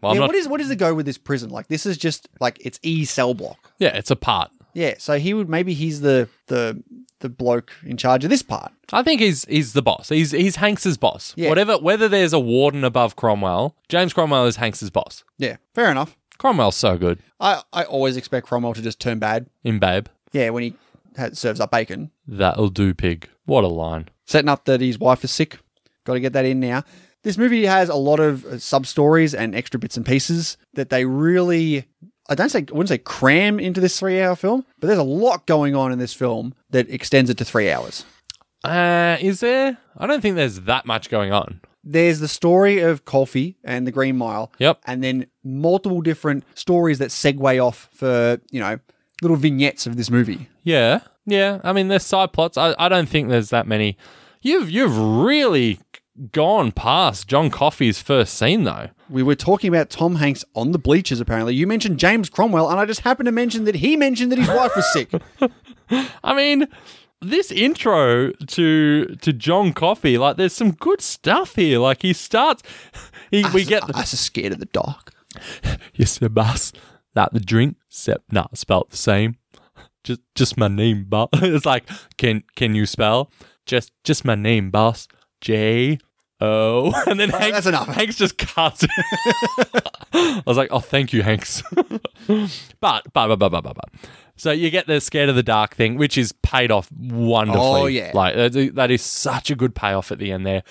Speaker 2: well, I'm
Speaker 1: Yeah,
Speaker 2: not.
Speaker 1: what is what is the go with this prison? Like, this is just like it's E cell block.
Speaker 2: yeah, it's a part.
Speaker 1: Yeah, so he would maybe he's the the the bloke in charge of this part.
Speaker 2: I think he's he's the boss. He's he's Hanks's boss.
Speaker 1: Yeah.
Speaker 2: Whatever, whether there's a warden above Cromwell, James Cromwell is Hanks's boss.
Speaker 1: Yeah, fair enough.
Speaker 2: Cromwell's so good
Speaker 1: I I always expect Cromwell to just turn bad.
Speaker 2: in Babe.
Speaker 1: Yeah, when he ha serves up bacon,
Speaker 2: That'll do, pig. What a line.
Speaker 1: setting up that his wife is sick. Got to get that in now. This movie has a lot of uh, sub stories and extra bits and pieces that they really. I don't say I wouldn't say cram into this three hour film, but there's a lot going on in this film that extends it to three hours.
Speaker 2: Uh, is there? I don't think there's that much going on.
Speaker 1: There's the story of Coffee and the Green Mile,
Speaker 2: Yep.
Speaker 1: and then multiple different stories that segue off for you know little vignettes of this movie.
Speaker 2: Yeah, yeah. I mean, there's side plots. I, I don't think there's that many. You've you've really gone past John Coffey's first scene though.
Speaker 1: We were talking about Tom Hanks on the bleachers, apparently. You mentioned James Cromwell, and I just happened to mention that he mentioned that his wife was sick.
Speaker 2: I mean, this intro to to John Coffey, like, there's some good stuff here. Like, he starts. He, we get the
Speaker 1: I was just scared of the dark.
Speaker 2: yes, sir, boss. That the drink, except not spelt the same. Just just my name, boss. it's like, can can you spell? Just just my name, boss. J O. And then Hank,
Speaker 1: that's enough.
Speaker 2: Hanks just cuts. it. I was like, oh, thank you, Hanks. but, but, but, but, but, but, but. So you get the scared of the dark thing, which is paid off wonderfully.
Speaker 1: Oh, yeah.
Speaker 2: Like, that- that is such a good payoff at the end there.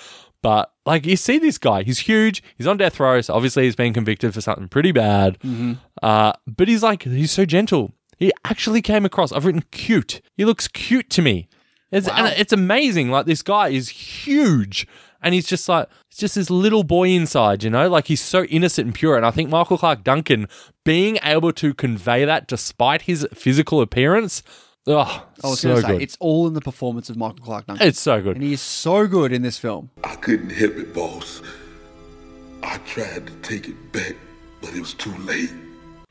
Speaker 2: But, like, you see this guy, he's huge, he's on death row, so obviously he's been convicted for something pretty bad.
Speaker 1: Mm-hmm.
Speaker 2: Uh, but he's like, he's so gentle. He actually came across, I've written cute. He looks cute to me. It's,
Speaker 1: Wow.
Speaker 2: and it's amazing. Like, this guy is huge. And he's just like, it's just this little boy inside, you know? Like, he's so innocent and pure. And I think Michael Clark Duncan being able to convey that despite his physical appearance, oh,
Speaker 1: I was
Speaker 2: so
Speaker 1: going to say,
Speaker 2: good.
Speaker 1: it's all in the performance of Michael Clark Duncan.
Speaker 2: It's so
Speaker 1: and
Speaker 2: good.
Speaker 1: he is so good in this film.
Speaker 3: I couldn't help it, boss. I tried to take it back, but it was too late.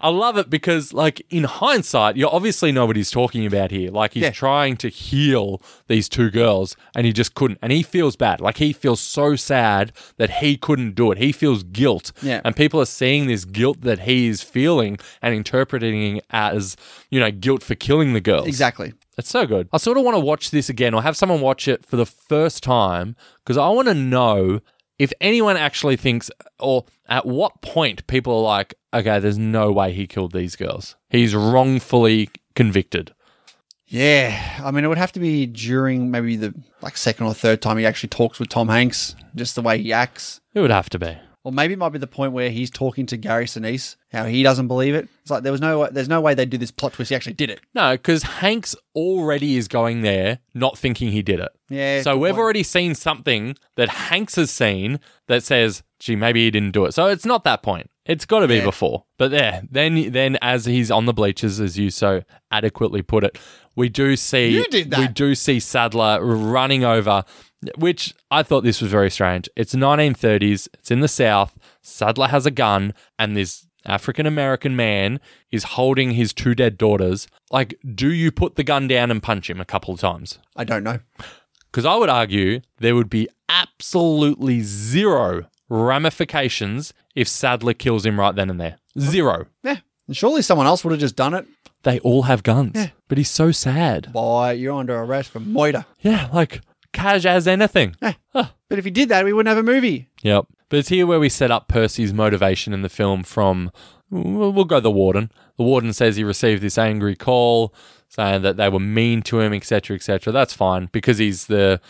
Speaker 2: I love it because, like, in hindsight, you obviously know what he's talking about here. Like, he's
Speaker 1: Yeah.
Speaker 2: trying to heal these two girls and he just couldn't. And he feels bad. Like, he feels so sad that he couldn't do it. He feels guilt.
Speaker 1: Yeah.
Speaker 2: And people are seeing this guilt that he is feeling and interpreting it as, you know, guilt for killing the girls.
Speaker 1: Exactly.
Speaker 2: It's so good. I sort of want to watch this again or have someone watch it for the first time because I want to know if anyone actually thinks or at what point people are like, okay, there's no way he killed these girls. He's wrongfully convicted.
Speaker 1: Yeah. I mean, it would have to be during maybe the like second or third time he actually talks with Tom Hanks, just the way he acts.
Speaker 2: It would have to be.
Speaker 1: Or maybe it might be the point where he's talking to Gary Sinise, how he doesn't believe it. It's like there was no there's no way they did this plot twist. He actually did it.
Speaker 2: No, because Hanks already is going there not thinking he did it.
Speaker 1: Yeah.
Speaker 2: So
Speaker 1: good
Speaker 2: we've
Speaker 1: point.
Speaker 2: already seen something that Hanks has seen that says, "Gee, maybe he didn't do it." So it's not that point. It's got to be
Speaker 1: Yeah.
Speaker 2: before. But there, then, then as he's on the bleachers, as you so adequately put it, we do see
Speaker 1: You did that.
Speaker 2: we do see Sadler running over, which I thought this was very strange. It's 1930s. It's in the South. Sadler has a gun, and this African American man is holding his two dead daughters. Like, do you put the gun down and punch him a couple of times?
Speaker 1: I don't know.
Speaker 2: Because I would argue there would be absolutely zero ramifications if Sadler kills him right then and there. Zero.
Speaker 1: Yeah. And surely someone else would have just done it.
Speaker 2: They all have guns. But he's so sad.
Speaker 1: Boy, you're under arrest for moiter.
Speaker 2: Yeah, like cash as anything.
Speaker 1: But if he did that, we wouldn't have a movie.
Speaker 2: Yep. But it's here where we set up Percy's motivation in the film from, we'll we'll go the warden. The warden says he received this angry call saying that they were mean to him, etc., etc. That's fine because he's the,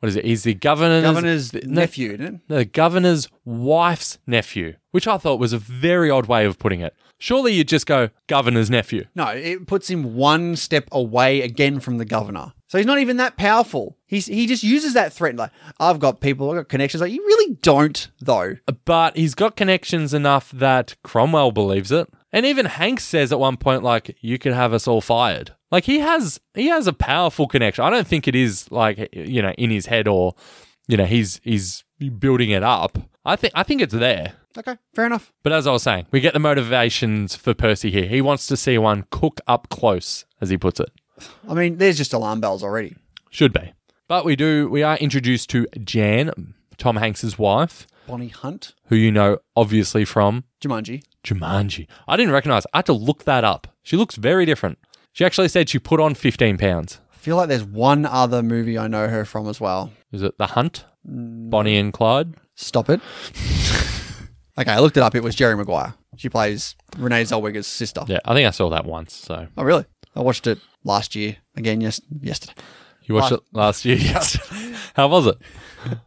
Speaker 2: what is it? He's the governor's,
Speaker 1: Governor's
Speaker 2: no,
Speaker 1: nephew, didn't it?
Speaker 2: the governor's wife's nephew, which I thought was a very odd way of putting it. Surely you'd just go governor's nephew.
Speaker 1: No, it puts him one step away again from the governor. So he's not even that powerful. He's, he just uses that threat. Like, I've got people, I've got connections. Like, you really don't, though.
Speaker 2: But he's got connections enough that Cromwell believes it. And even Hank says at one point, like, you could have us all fired. Like he has he has a powerful connection. I don't think it is like you know, in his head or you know, he's he's building it up. I think I think it's there.
Speaker 1: Okay, fair enough.
Speaker 2: But as I was saying, we get the motivations for Percy here. He wants to see one cook up close, as he puts it.
Speaker 1: I mean, there's just alarm bells already.
Speaker 2: Should be. But we do we are introduced to Jan, Tom Hanks's wife,
Speaker 1: Bonnie Hunt,
Speaker 2: who you know obviously from
Speaker 1: Jumanji.
Speaker 2: Jumanji. I didn't recognize. I had to look that up. She looks very different. She actually said she put on 15 pounds.
Speaker 1: I feel like there's one other movie I know her from as well.
Speaker 2: Is it The Hunt? Bonnie and Clyde?
Speaker 1: Stop it. okay, I looked it up. It was Jerry Maguire. She plays Renee Zellweger's sister.
Speaker 2: Yeah, I think I saw that once. So
Speaker 1: Oh, really? I watched it last year again. Yes, yesterday.
Speaker 2: you watched it last year. Yes. How was it?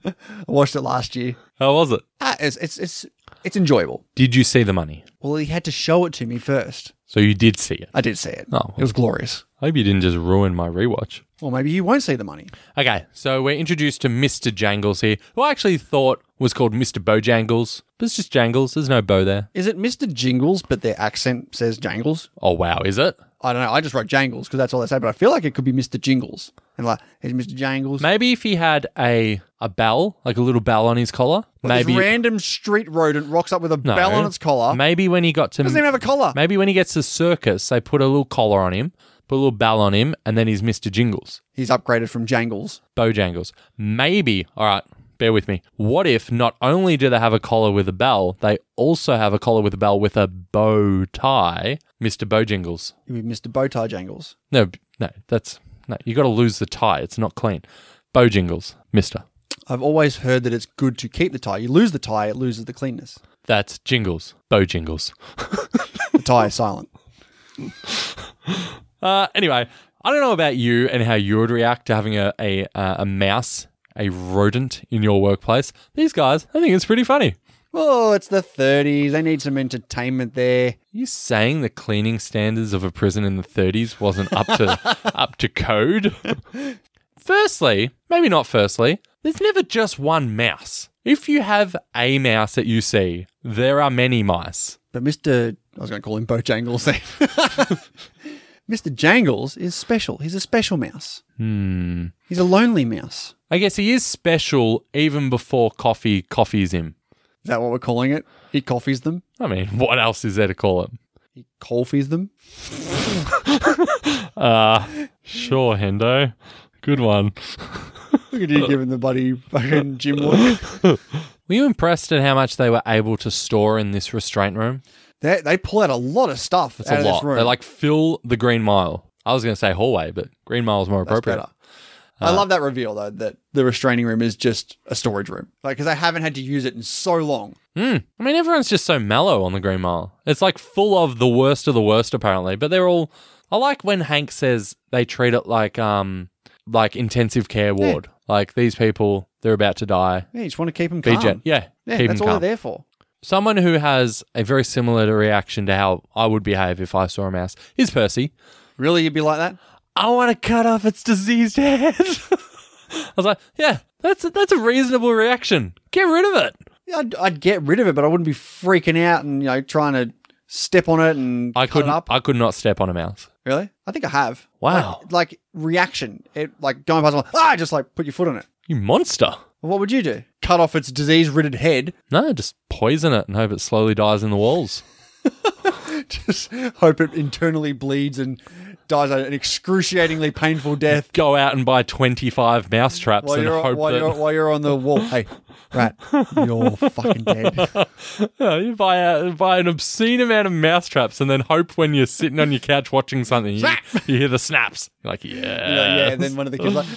Speaker 1: I watched it last year.
Speaker 2: How was it?
Speaker 1: Ah, it's it's it's it's enjoyable.
Speaker 2: Did you see the money?
Speaker 1: Well, he had to show it to me first.
Speaker 2: So you did see it.
Speaker 1: I did see it.
Speaker 2: Oh.
Speaker 1: it was glorious.
Speaker 2: I hope you didn't just ruin my rewatch.
Speaker 1: Well, maybe you won't see the money.
Speaker 2: Okay, so we're introduced to Mr. Jangles here, who I actually thought was called Mr. Bojangles, but it's just Jangles. There's no bow there.
Speaker 1: Is it Mr. Jingles, but their accent says Jangles?
Speaker 2: Oh wow, is it?
Speaker 1: I don't know. I just wrote Jangles because that's all they say, but I feel like it could be Mr. Jingles. And like, it's Mr. Jangles.
Speaker 2: Maybe if he had a a bell, like a little bell on his collar,
Speaker 1: Like,
Speaker 2: maybe
Speaker 1: This random street rodent rocks up with a
Speaker 2: No.
Speaker 1: bell on its collar.
Speaker 2: Maybe when he got to
Speaker 1: doesn't even have a collar.
Speaker 2: maybe when he gets to circus, they put a little collar on him, put a little bell on him, and then he's Mr. Jingles,
Speaker 1: He's upgraded from Jangles.
Speaker 2: Bojangles. Maybe. All right. Bear with me. What if not only do they have a collar with a bell, they also have a collar with a bell with a bow tie, Mr. Bojangles?
Speaker 1: He'd be Mr. Bowtie Jangles.
Speaker 2: No, b- no, that's no. You got to lose the tie. It's not clean. Bojangles, Mister.
Speaker 1: I've always heard that it's good to keep the tie. You lose the tie, it loses the cleanness.
Speaker 2: That's Jingles, Bojangles.
Speaker 1: The tie is silent.
Speaker 2: Uh, anyway, I don't know about you and how you would react to having a a, uh, a mouse, a rodent in your workplace. These guys, I think it's pretty funny.
Speaker 1: Oh, it's the 30s. They need some entertainment there.
Speaker 2: You saying the cleaning standards of a prison in the 30s wasn't up to up to code? firstly, maybe not firstly, there's never just one mouse. If you have a mouse that you see, there are many mice.
Speaker 1: But Mr. I was going to call him Bojangles then. Mr. Jangles is special. He's a special mouse. Hmm. He's a lonely mouse.
Speaker 2: I guess he is special even before coffee coffees him.
Speaker 1: Is that what we're calling it? He coffees them.
Speaker 2: I mean, what else is there to call it?
Speaker 1: He coffees them.
Speaker 2: Sure, Hendo. Good one.
Speaker 1: Look at you giving the buddy fucking gym look.
Speaker 2: Were you impressed at how much they were able to store in this restraint room?
Speaker 1: They, they pull out a lot of stuff
Speaker 2: It's
Speaker 1: out
Speaker 2: a
Speaker 1: of
Speaker 2: lot.
Speaker 1: this room.
Speaker 2: They like fill the green mile. I was going to say hallway, but green mile is more
Speaker 1: That's
Speaker 2: appropriate. Uh.
Speaker 1: better. I love that reveal though that the restraining room is just a storage room, like because I haven't had to use it in so long.
Speaker 2: Mm. I mean, everyone's just so mellow on the green mile. It's like full of the worst of the worst, apparently. But they're all. I like when Hank says they treat it like um like intensive
Speaker 1: Hmm.
Speaker 2: care ward. Like these people, they're about to die.
Speaker 1: Yeah, you just want to keep them
Speaker 2: Be
Speaker 1: calm.
Speaker 2: gen- yeah,
Speaker 1: yeah,
Speaker 2: keep 'em
Speaker 1: that's all
Speaker 2: calm.
Speaker 1: they're there for.
Speaker 2: someone who has a very similar reaction to how I would behave if I saw a mouse is Percy.
Speaker 1: Really, you'd be like that?
Speaker 2: I want to cut off its diseased head. I was like, yeah, that's a, that's a reasonable reaction. Get rid of it.
Speaker 1: Yeah, I'd, I'd get rid of it, but I wouldn't be freaking out and you know trying to step on it and
Speaker 2: I
Speaker 1: cut
Speaker 2: couldn't.
Speaker 1: it up?
Speaker 2: I could not step on a mouse.
Speaker 1: really? I think I have.
Speaker 2: Wow.
Speaker 1: Like, like reaction. It like going past, I'm like, ah, just like put your foot on it.
Speaker 2: You monster.
Speaker 1: Well, what would you do? Cut off its disease-ridden head,
Speaker 2: No, just poison it and hope it slowly dies in the walls.
Speaker 1: just hope it internally bleeds and dies an excruciatingly painful death.
Speaker 2: Go out and buy 25 mouse traps
Speaker 1: while
Speaker 2: and
Speaker 1: you're,
Speaker 2: hope
Speaker 1: while,
Speaker 2: that.
Speaker 1: you're, while you're on the wall. Hey, rat, you're fucking dead.
Speaker 2: Yeah, you buy a, buy an obscene amount of mouse traps and then hope when you're sitting on your couch watching something, you, you hear the snaps. You're like,
Speaker 1: You know, yeah,
Speaker 2: yeah.
Speaker 1: and then one of the kids like,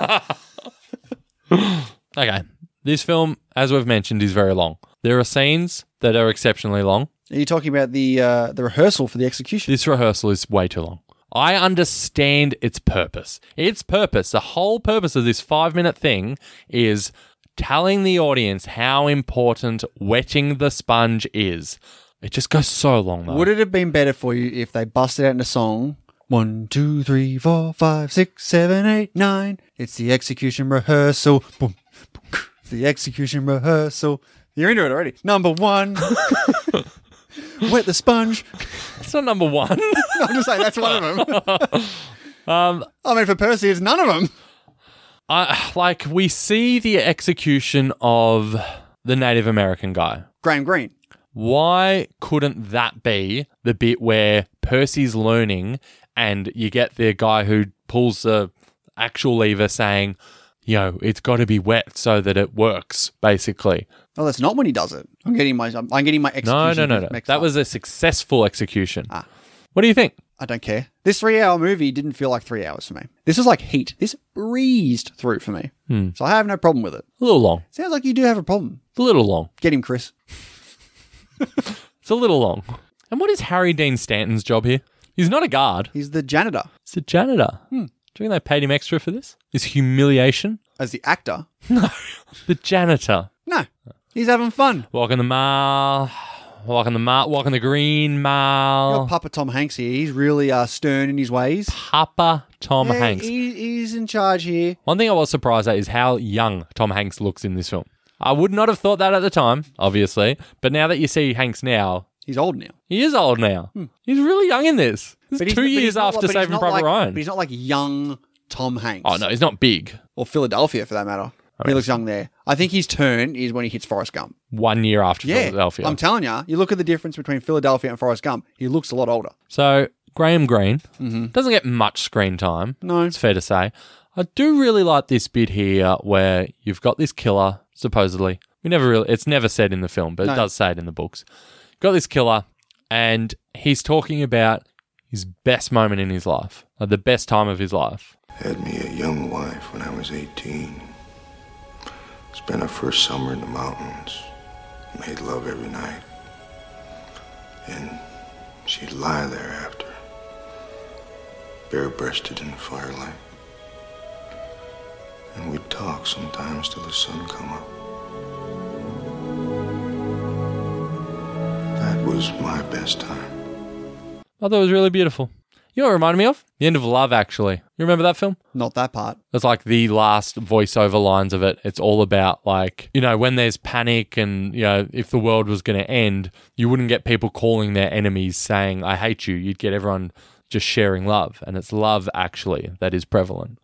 Speaker 1: oh!
Speaker 2: Okay. This film, as we've mentioned, is very long. There are scenes that are exceptionally long.
Speaker 1: Are you talking about the uh, the rehearsal for the execution?
Speaker 2: This rehearsal is way too long. I understand its purpose. Its purpose, the whole purpose of this five minute thing is telling the audience how important wetting the sponge is. It just goes so long though.
Speaker 1: Would it have been better for you if they busted out in a song? One, two, three, four, five, six, seven, eight, nine. It's the execution rehearsal. Boom, boom, it's the execution rehearsal. You're into it already. Number one. Wet the sponge.
Speaker 2: It's not number one.
Speaker 1: I'm just saying that's one of them.
Speaker 2: Um,
Speaker 1: I mean, for Percy, it's none of them.
Speaker 2: I, like we see the execution of the Native American guy.
Speaker 1: Graham Greene.
Speaker 2: Why couldn't that be the bit where Percy's learning and you get the guy who pulls the actual lever saying, you know, it's got to be wet so that it works, basically.
Speaker 1: Oh, that's not when he does it. I'm getting my I'm I'm getting my
Speaker 2: No,
Speaker 1: execution.
Speaker 2: no, no, no.
Speaker 1: mixed
Speaker 2: That
Speaker 1: up.
Speaker 2: was a successful execution. What do you think?
Speaker 1: I don't care. This three hour movie didn't feel like three hours for me. This was like heat. This breezed through for me.
Speaker 2: Hmm.
Speaker 1: So I have no problem with it.
Speaker 2: A little long.
Speaker 1: Sounds like you do have a problem.
Speaker 2: It's a little long.
Speaker 1: Get him, Chris.
Speaker 2: It's a little long. And what is Harry Dean Stanton's job here? He's not a guard.
Speaker 1: He's the janitor
Speaker 2: He's a janitor.
Speaker 1: Hmm.
Speaker 2: Do you think they paid him extra for this? His humiliation?
Speaker 1: as the actor.
Speaker 2: The janitor.
Speaker 1: No, he's having fun.
Speaker 2: Walking the mile, walking the mile, walking the green
Speaker 1: Your
Speaker 2: mile.
Speaker 1: Papa Tom Hanks here. He's really uh, stern in his ways.
Speaker 2: Papa Tom
Speaker 1: Yeah,
Speaker 2: Hanks.
Speaker 1: He, he's in charge here.
Speaker 2: One thing I was surprised at is how young Tom Hanks looks in this film. I would not have thought that at the time, obviously, but now that you see Hanks now,
Speaker 1: He's old now.
Speaker 2: he is old now. He's really young in this.
Speaker 1: Hmm.
Speaker 2: This
Speaker 1: But
Speaker 2: is
Speaker 1: he's-
Speaker 2: two
Speaker 1: but he's
Speaker 2: years
Speaker 1: not like-
Speaker 2: after
Speaker 1: but he's
Speaker 2: Saving
Speaker 1: not
Speaker 2: Private
Speaker 1: like,
Speaker 2: Ryan.
Speaker 1: But he's not like young Tom Hanks.
Speaker 2: Oh no, he's not big.
Speaker 1: Or Philadelphia for that matter. He looks young there. I think his turn is when he hits Forrest Gump.
Speaker 2: One year after
Speaker 1: Yeah,
Speaker 2: Philadelphia.
Speaker 1: I'm telling you, you look at the difference between Philadelphia and Forrest Gump. He looks a lot older.
Speaker 2: so Graham Greene
Speaker 1: Mm-hmm.
Speaker 2: doesn't get much screen time.
Speaker 1: No,
Speaker 2: It's fair to say. I do really like this bit here where you've got this killer, supposedly. We never really it's never said in the film, but it
Speaker 1: No.
Speaker 2: does say it in the books. Got this killer and he's talking about his best moment in his life. Like the best time of his life.
Speaker 4: Had me a young wife when I was 18. Spent our first summer in the mountains. Made love every night. And she'd lie there after, bare breasted in the firelight. And we'd talk sometimes till the sun come up. That was my best time.
Speaker 2: I thought it was really beautiful. You know what it reminded me of? The end of Love, actually. You remember that film?
Speaker 1: not that part.
Speaker 2: That's like the last voiceover lines of it. It's all about like, you know, when there's panic and, you know, if the world was going to end, you wouldn't get people calling their enemies saying, I hate you. You'd get everyone just sharing love. And it's love actually that is prevalent.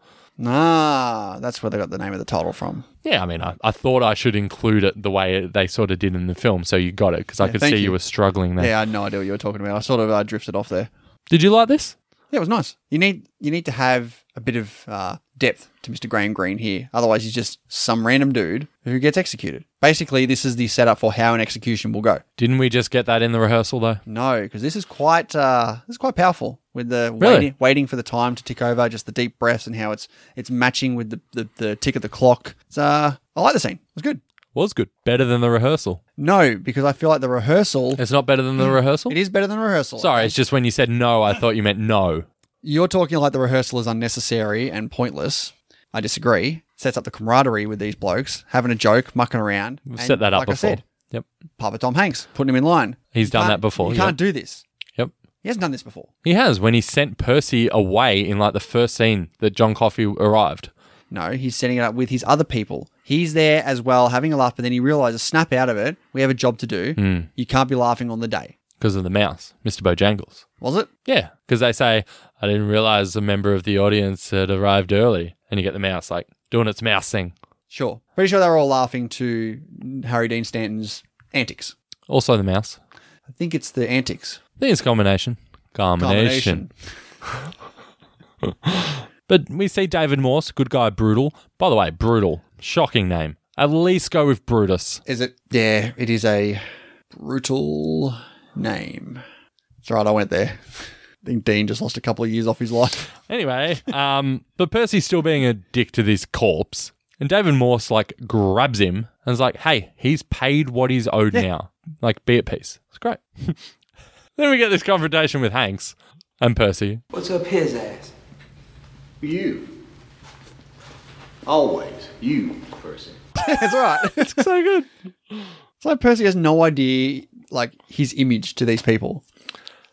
Speaker 1: Ah, that's where they got the name of the title from.
Speaker 2: Yeah, I mean, I, I thought I should include it the way they sort of did in the film. So you got it because I could
Speaker 1: thank
Speaker 2: see you.
Speaker 1: you.
Speaker 2: were struggling there.
Speaker 1: Yeah, I had no idea what you were talking about. I sort of uh, drifted off there.
Speaker 2: Did you like this?
Speaker 1: Yeah, it was nice. You need you need to have a bit of uh, depth to Mr. Graham Greene here. Otherwise, he's just some random dude who gets executed. Basically, this is the setup for how an execution will go.
Speaker 2: Didn't we just get that in the rehearsal though?
Speaker 1: No, because this is quite uh, this is quite powerful with the
Speaker 2: Really?
Speaker 1: waiting, waiting for the time to tick over, just the deep breaths and how it's it's matching with the, the, the tick of the clock. It's, uh, I like the scene. It was good.
Speaker 2: Was good. Better than the rehearsal.
Speaker 1: No, because I feel like the rehearsal
Speaker 2: It's not better than the rehearsal?
Speaker 1: Mm. it is better than rehearsal.
Speaker 2: Sorry, it's just when you said no, I thought you meant no.
Speaker 1: You're talking like the rehearsal is unnecessary and pointless. I disagree. Sets up the camaraderie with these blokes, having a joke, mucking around.
Speaker 2: We've
Speaker 1: And
Speaker 2: set that up
Speaker 1: like I
Speaker 2: before.
Speaker 1: said,
Speaker 2: yep.
Speaker 1: Papa Tom Hanks putting him in line.
Speaker 2: He's
Speaker 1: You
Speaker 2: done
Speaker 1: can't-
Speaker 2: that before,
Speaker 1: You
Speaker 2: yeah.
Speaker 1: can't do this.
Speaker 2: Yep.
Speaker 1: He hasn't done this before.
Speaker 2: He has when he sent Percy away in like the first scene that John Coffey arrived.
Speaker 1: No, he's setting it up with his other people. He's there as well, having a laugh, but then he realizes, snap out of it. We have a job to do. You can't be laughing on the day.
Speaker 2: because of the mouse, Mr. Bojangles.
Speaker 1: Was it?
Speaker 2: Yeah, because they say, I didn't realize a member of the audience had arrived early. And you get the mouse, like, doing its mouse thing.
Speaker 1: Sure. Pretty sure they were all laughing to Harry Dean Stanton's antics.
Speaker 2: Also, the mouse.
Speaker 1: I think it's the antics.
Speaker 2: I think it's a combination. Combination. But we see David Morse, good guy, brutal. By the way, brutal. Shocking name. At least go with Brutus.
Speaker 1: Is it? Yeah, it is a brutal name. It's all right, I went there. I think Dean just lost a couple of years off his life.
Speaker 2: Anyway, um, but Percy's still being a dick to this corpse. And David Morse, like, grabs him and is like, hey, he's paid what he's owed now. Like, be at peace. It's great. then we get this confrontation with Hanks and Percy.
Speaker 5: What's up his ass?
Speaker 6: You. Always. You, Percy.
Speaker 1: That's all right. It's
Speaker 2: So good.
Speaker 1: like Percy has no idea, like, his image to these people.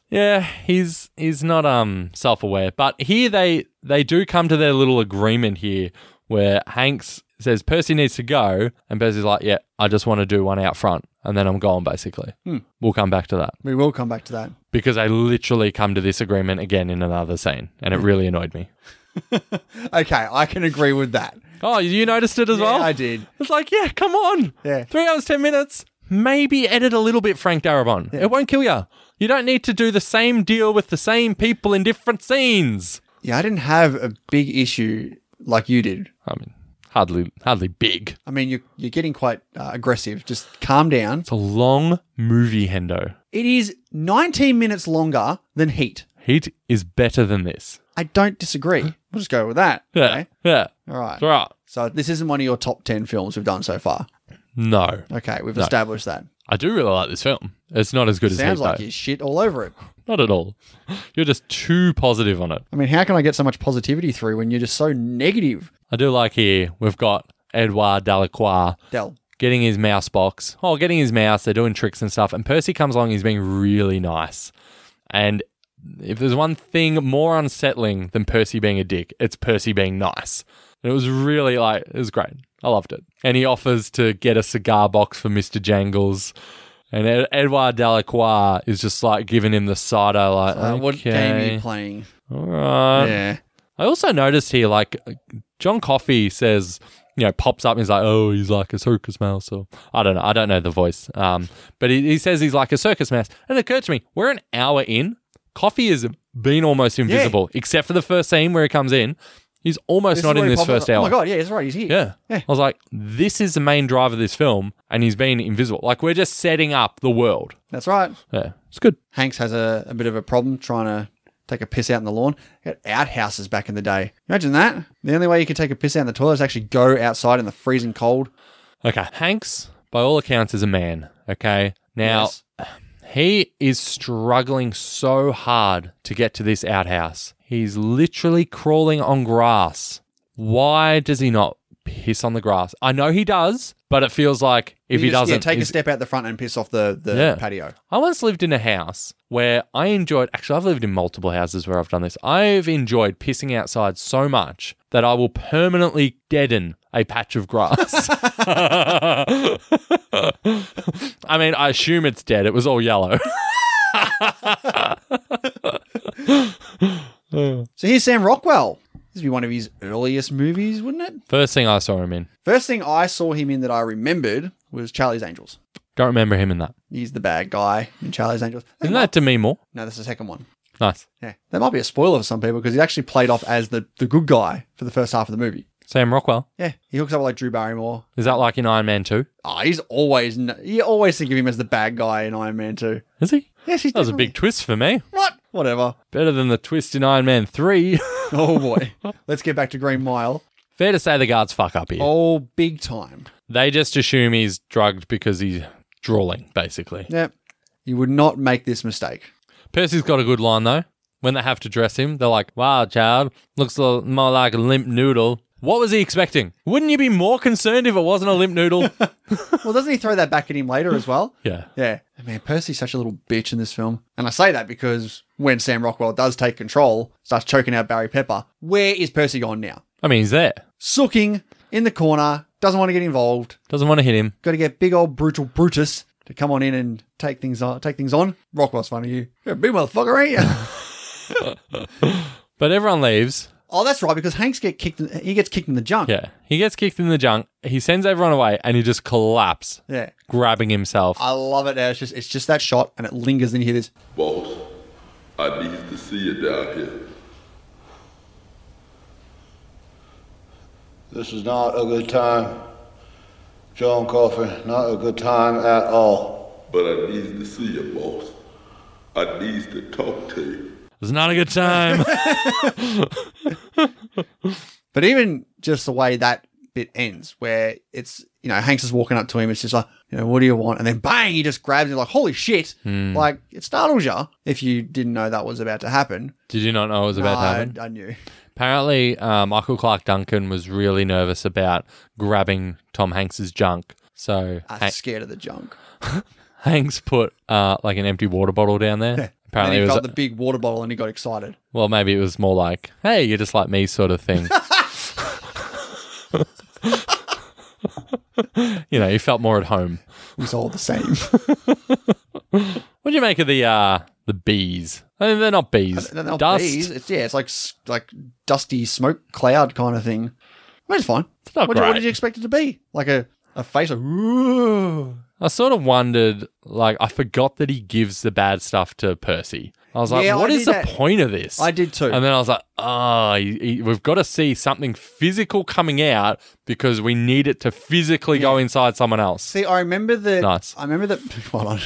Speaker 2: Yeah, he's he's not um self-aware, but here they they do come to their little agreement here where Hanks says Percy needs to go and Percy's like, "Yeah, I just want to do one out front and then I'm gone basically." We'll come back to that
Speaker 1: We will come back to that.
Speaker 2: because they literally come to this agreement again in another scene and it really annoyed me.
Speaker 1: Okay, I can agree with that.
Speaker 2: Oh, you noticed it as
Speaker 1: Yeah,
Speaker 2: well?
Speaker 1: I did.
Speaker 2: It's like, "Yeah, come on."
Speaker 1: Yeah.
Speaker 2: 3 hours 10 minutes. Maybe edit a little bit Frank Darabont. It won't kill you. You don't need to do the same deal with the same people in different scenes.
Speaker 1: Yeah, I didn't have a big issue like you did.
Speaker 2: I mean, hardly hardly big.
Speaker 1: I mean, you're, you're getting quite uh, aggressive. Just calm down.
Speaker 2: It's a long movie, Hendo.
Speaker 1: It is 19 minutes longer than Heat.
Speaker 2: Heat is better than this.
Speaker 1: I don't disagree. We'll just go with that.
Speaker 2: Yeah,
Speaker 1: Okay.
Speaker 2: yeah.
Speaker 1: All right.
Speaker 2: It's all right.
Speaker 1: So this isn't one of your top 10 films we've done so far.
Speaker 2: No,
Speaker 1: Okay, we've established that.
Speaker 2: I do really like this film. It's not as good as
Speaker 1: Sounds
Speaker 2: Heat,
Speaker 1: like
Speaker 2: though.
Speaker 1: you shit all over it.
Speaker 2: Not at all. You're just too positive on it.
Speaker 1: I mean, how can I get so much positivity through when you're just so negative?
Speaker 2: I do like here. We've got Edouard Delacroix
Speaker 1: Del,
Speaker 2: getting his mouse box. Oh, getting his mouse. They're doing tricks and stuff. And Percy comes along. He's being really nice. And if there's one thing more unsettling than Percy being a dick, it's Percy being nice. And it was really like, it was great. I loved it. And he offers to get a cigar box for Mr. Jangles. And Ed- Edouard Delacroix is just like giving him the cider, like,
Speaker 1: uh, what game are
Speaker 2: okay, Um,
Speaker 1: you playing?
Speaker 2: all right.
Speaker 1: yeah.
Speaker 2: I also noticed here, like John Coffey says, you know, pops up and he's like, oh, he's like a circus mouse. Or I don't know. I don't know the voice. Um, but he, he says he's like a circus mouse. And it occurred to me, we're an hour in. Coffee has been almost invisible, except for the first scene where he comes in. He's almost
Speaker 1: is
Speaker 2: not
Speaker 1: where
Speaker 2: in
Speaker 1: he
Speaker 2: this
Speaker 1: pops up.
Speaker 2: first hour.
Speaker 1: Oh my god, yeah, that's right. He's here.
Speaker 2: Yeah. I was like, this is the main drive of this film, and he's been invisible. Like, we're just setting up the world.
Speaker 1: That's right.
Speaker 2: Yeah. It's good.
Speaker 1: Hanks has a, a bit of a problem trying to take a piss out in the lawn. They Had outhouses back in the day. Imagine that. The only way you could take a piss out in the toilet is actually go outside in the freezing cold.
Speaker 2: Okay. Hanks, by all accounts, is a man. Okay. Now,
Speaker 1: Yes.
Speaker 2: He is struggling so hard to get to this outhouse. He's literally crawling on grass. Why does he not piss on the grass? I know he does, but it feels like if he,
Speaker 1: You just-
Speaker 2: doesn't,
Speaker 1: yeah, take a
Speaker 2: he's-
Speaker 1: step out the front and piss off the, the
Speaker 2: Yeah.
Speaker 1: patio.
Speaker 2: I once lived in a house where I enjoyed, actually, I've lived in multiple houses where I've done this. I've enjoyed pissing outside so much that I will permanently deaden a patch of grass. I mean, I assume it's dead. It was all yellow.
Speaker 1: So here's Sam Rockwell. This would be one of his earliest movies, wouldn't it?
Speaker 2: First thing I saw him in.
Speaker 1: First thing I saw him in that I remembered was Charlie's Angels.
Speaker 2: Don't remember him in that.
Speaker 1: He's the bad guy in Charlie's Angels.
Speaker 2: Isn't that to me more?
Speaker 1: No, that's the second one.
Speaker 2: Nice.
Speaker 1: Yeah. That might be a spoiler for some people because he actually played off as the, the good guy for the first half of the movie.
Speaker 2: Sam Rockwell.
Speaker 1: Yeah. He hooks up with like Drew Barrymore.
Speaker 2: Is that like in Iron Man 2?
Speaker 1: Oh, he's always, kn- you always think of him as the bad guy in Iron Man 2.
Speaker 2: Is he?
Speaker 1: Yes, he's
Speaker 2: That was a big
Speaker 1: definitely-
Speaker 2: twist for me.
Speaker 1: What? Whatever.
Speaker 2: Better than the twist in Iron Man 3.
Speaker 1: Oh, boy. Let's get back to Green Mile.
Speaker 2: Fair to say the guards fuck up here.
Speaker 1: Oh, big time.
Speaker 2: They just assume he's drugged because he's drawling, basically.
Speaker 1: Yep. You would not make this mistake.
Speaker 2: Percy's got a good line, though. When they have to dress him, they're like, wow, child, looks a little more like a limp noodle. What was he expecting? Wouldn't you be more concerned if it wasn't a limp noodle?
Speaker 1: Well, doesn't he throw that back at him later as well?
Speaker 2: yeah.
Speaker 1: Yeah. Man, Percy's such a little bitch in this film. And I say that because when Sam Rockwell does take control, starts choking out Barry Pepper, where is Percy gone now?
Speaker 2: I mean, he's there.
Speaker 1: Sooking in the corner, doesn't want to get involved,
Speaker 2: Doesn't want to hit him.
Speaker 1: got to get big old brutal Brutus to come on in and take things on. Take things on. Rockwell's funny. You, you're a big motherfucker, ain't you?
Speaker 2: But everyone leaves.
Speaker 1: oh, that's right. Because Hanks get kicked. In, he gets kicked in the junk.
Speaker 2: Yeah. He gets kicked in the junk. He sends everyone away and he just collapses,
Speaker 1: Yeah.
Speaker 2: grabbing himself.
Speaker 1: I love it. Now. It's just it's just that shot, and it lingers, and you hear this.
Speaker 3: Boss, I need to see you down here.
Speaker 5: This is not a good time. Joan Coffin, not a good time at all.
Speaker 3: But I need to see you, boss. I need to talk to you.
Speaker 2: It's not a good time.
Speaker 1: But even just the way that bit ends, where it's you know Hanks is walking up to him, it's just like you know what do you want, and then bang, he just grabs him like holy shit,
Speaker 2: Hmm.
Speaker 1: like it startles you if you didn't know that was about to happen.
Speaker 2: Did you not know it was about to happen?
Speaker 1: I, I knew.
Speaker 2: Apparently, uh, Michael Clark Duncan was really nervous about grabbing Tom Hanks's junk. So
Speaker 1: I was
Speaker 2: Han-
Speaker 1: scared of the junk.
Speaker 2: Hanks put uh, like an empty water bottle down there.
Speaker 1: And
Speaker 2: Apparently,
Speaker 1: he
Speaker 2: it was
Speaker 1: felt the big water bottle and he got excited.
Speaker 2: well, maybe it was more like, "Hey, you're just like me," sort of thing. you know, he felt more at home.
Speaker 1: It was all the same.
Speaker 2: What do you make of the uh, the bees? I mean, they're not bees.
Speaker 1: They're not
Speaker 2: Dust.
Speaker 1: bees. It's yeah, it's like s- like dusty smoke cloud kind of thing. I mean, it's fine.
Speaker 2: not
Speaker 1: what, do- what
Speaker 2: great.
Speaker 1: did you expect it to be? Like a a face of "Ooh."
Speaker 2: I sort of wondered, like, I forgot that he gives the bad stuff to Percy. I was like,
Speaker 1: Yeah, I
Speaker 2: what is
Speaker 1: did
Speaker 2: the
Speaker 1: that.
Speaker 2: point of this?
Speaker 1: I did too.
Speaker 2: And then I was like, ah, he- he- we've got to see something physical coming out because we need it to physically go inside someone else.
Speaker 1: See, I remember that.
Speaker 2: Nice.
Speaker 1: I remember that. Hold on.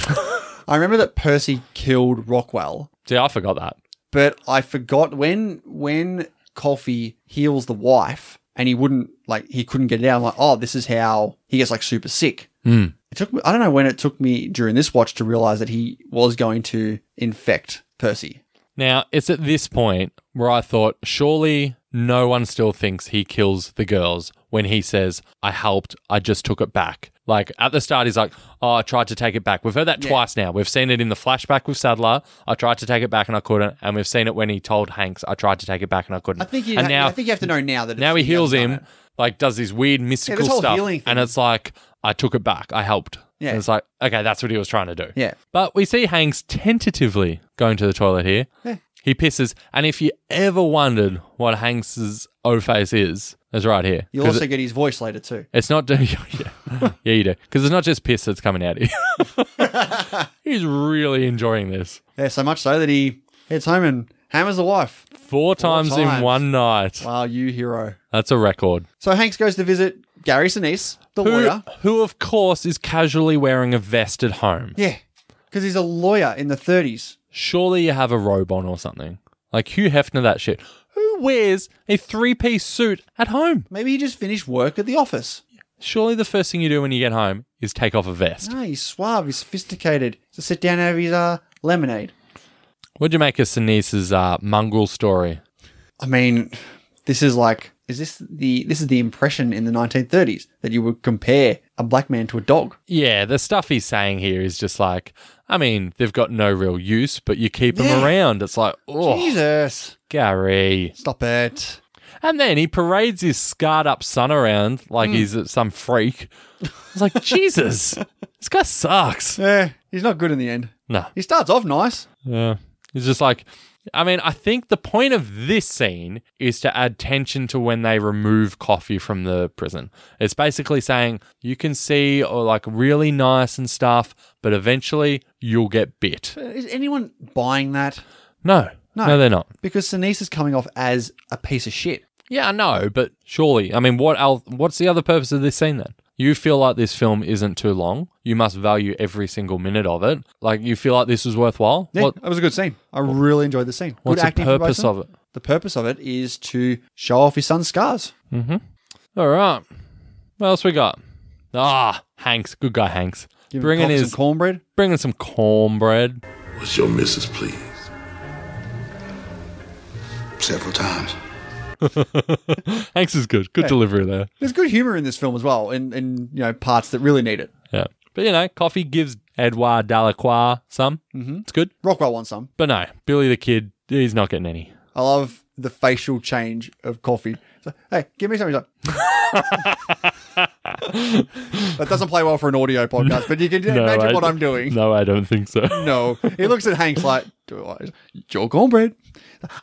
Speaker 1: I remember that Percy killed Rockwell,
Speaker 2: See, I forgot that.
Speaker 1: but I forgot when when Coffee heals the wife and he wouldn't like he couldn't get it out. I'm like, oh, this is how he gets like super sick.
Speaker 2: Hmm.
Speaker 1: It took me. I don't know when it took me during this watch to realize that he was going to infect Percy.
Speaker 2: Now, it's at this point where I thought, surely no one still thinks he kills the girls when he says, I helped, I just took it back. Like at the start, he's like, Oh, I tried to take it back. We've heard that twice now. We've seen it in the flashback with Sadler. I tried to take it back and I couldn't. And we've seen it when he told Hanks, I tried to take it back and I couldn't.
Speaker 1: I think you.
Speaker 2: and
Speaker 1: ha- I think you have to know now that
Speaker 2: now he
Speaker 1: it's-
Speaker 2: heals
Speaker 1: hasn't
Speaker 2: him,
Speaker 1: done it.
Speaker 2: like does this weird mystical
Speaker 1: whole
Speaker 2: stuff,
Speaker 1: healing thing.
Speaker 2: and it's like I took it back, I helped.
Speaker 1: Yeah.
Speaker 2: and it's like okay, that's what he was trying to do.
Speaker 1: Yeah.
Speaker 2: but we see Hanks tentatively going to the toilet here. He pisses, and if you ever wondered what Hanks's O face is, it's right here.
Speaker 1: You'll
Speaker 2: 'Cause
Speaker 1: also
Speaker 2: it-
Speaker 1: get his voice later too.
Speaker 2: it's not. yeah, yeah, you do. Because it's not just piss that's coming out of you. He's really enjoying this.
Speaker 1: Yeah, so much so that he heads home and hammers the wife.
Speaker 2: Four, times, in
Speaker 1: times.
Speaker 2: one night.
Speaker 1: Wow, you hero.
Speaker 2: That's a record.
Speaker 1: So Hanks goes to visit Gary Sinise, the
Speaker 2: Who,
Speaker 1: lawyer.
Speaker 2: who, of course, is casually wearing a vest at home.
Speaker 1: Yeah, because he's a lawyer in the 30s.
Speaker 2: surely you have a robe on or something. Like Hugh Hefner, that shit. Who wears a three piece suit at home?
Speaker 1: Maybe he just finished work at the office.
Speaker 2: Surely the first thing you do when you get home is take off a vest.
Speaker 1: No, Ah, he's suave, he's sophisticated. So sit down and have his uh, lemonade.
Speaker 2: What'd you make of Sinise's uh, mongrel story?
Speaker 1: I mean, this is like, is this the this is the impression in the 1930s that you would compare a black man to a dog?
Speaker 2: Yeah, the stuff he's saying here is just like, I mean, they've got no real use, but you keep them
Speaker 1: Yeah.
Speaker 2: around. It's like, oh,
Speaker 1: Jesus,
Speaker 2: Gary.
Speaker 1: stop it!
Speaker 2: And then he parades his scarred up son around like he's some freak. It's like, Jesus, this guy sucks.
Speaker 1: Yeah, Eh, he's not good in the end.
Speaker 2: No.
Speaker 1: He starts off nice.
Speaker 2: Yeah. It's just like, I mean, I think the point of this scene is to add tension to when they remove coffee from the prison. It's basically saying you can see or like really nice and stuff, but eventually you'll get bit.
Speaker 1: Uh, Is anyone buying that?
Speaker 2: No,
Speaker 1: No.
Speaker 2: no, they're not.
Speaker 1: Because Sinise is coming off as a piece of shit.
Speaker 2: Yeah, I know, but surely, I mean, what else? What's the other purpose of this scene then? You feel like this film isn't too long. You must value every single minute of it. Like you feel like this was worthwhile.
Speaker 1: Yeah,
Speaker 2: What,
Speaker 1: that was a good scene. I really enjoyed the scene. Good
Speaker 2: what's the
Speaker 1: acting from both
Speaker 2: purpose
Speaker 1: them.
Speaker 2: of it?
Speaker 1: The purpose of it is to show off his son's scars.
Speaker 2: All right. What else we got? Ah, Hanks, good guy Hanks,
Speaker 1: Give him
Speaker 2: bringing
Speaker 1: coffee,
Speaker 2: his
Speaker 1: some cornbread.
Speaker 2: bringing some cornbread.
Speaker 3: What's your missus, please?
Speaker 4: Several times.
Speaker 2: Hanks is good, good delivery there.
Speaker 1: There's good humor in this film as well, and and you know parts that really need it.
Speaker 2: Yeah, but you know, coffee gives Edouard Delacroix some. Mm-hmm. It's good,
Speaker 1: Rockwell wants some.
Speaker 2: but no, Billy the Kid, he's not getting any.
Speaker 1: I love the facial change of coffee. It's like, hey, give me something. He's like, That doesn't play well for an audio podcast, but you can imagine
Speaker 2: I-
Speaker 1: what I'm doing.
Speaker 2: No, I don't think so.
Speaker 1: No. He looks at Hank's like, "Do I- Joe Cornbread.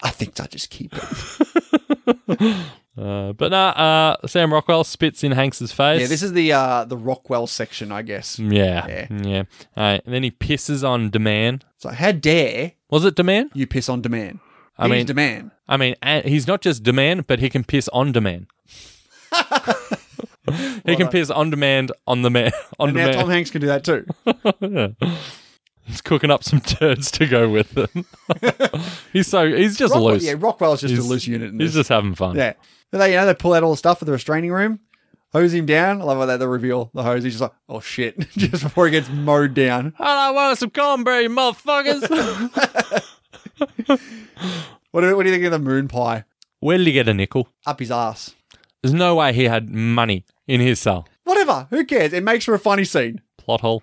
Speaker 1: I think I just keep it.
Speaker 2: Uh, but nah, uh, Sam Rockwell spits in Hanks's face.
Speaker 1: Yeah, this is the uh, the Rockwell section, I guess.
Speaker 2: Yeah.
Speaker 1: Yeah.
Speaker 2: Yeah. All right. And then he pisses on Demand.
Speaker 1: So how dare
Speaker 2: Was it Demand?
Speaker 1: you piss on demand?
Speaker 2: I
Speaker 1: He's
Speaker 2: mean-
Speaker 1: demand.
Speaker 2: I mean, a- he's not just Demand, but he can piss on Demand. he can piss on demand on the man on
Speaker 1: And now Tom
Speaker 2: demand.
Speaker 1: Hanks can do that too.
Speaker 2: He's cooking up some turds to go with them. he's so he's just
Speaker 1: Rockwell,
Speaker 2: loose.
Speaker 1: yeah, Rockwell's just
Speaker 2: He's-
Speaker 1: a loose unit. In
Speaker 2: he's
Speaker 1: this.
Speaker 2: just having fun.
Speaker 1: yeah. But they, you know, they pull out all the stuff for the restraining room, hose him down. I love how that the reveal, the hose. He's just like, oh shit, just before he gets mowed down.
Speaker 2: And I want some cornbread, you motherfuckers.
Speaker 1: What do, what do you think of the moon pie?
Speaker 2: Where did he get a nickel?
Speaker 1: Up his ass.
Speaker 2: There's no way he had money in his cell.
Speaker 1: Whatever. Who cares? It makes for a funny scene.
Speaker 2: Plot hole.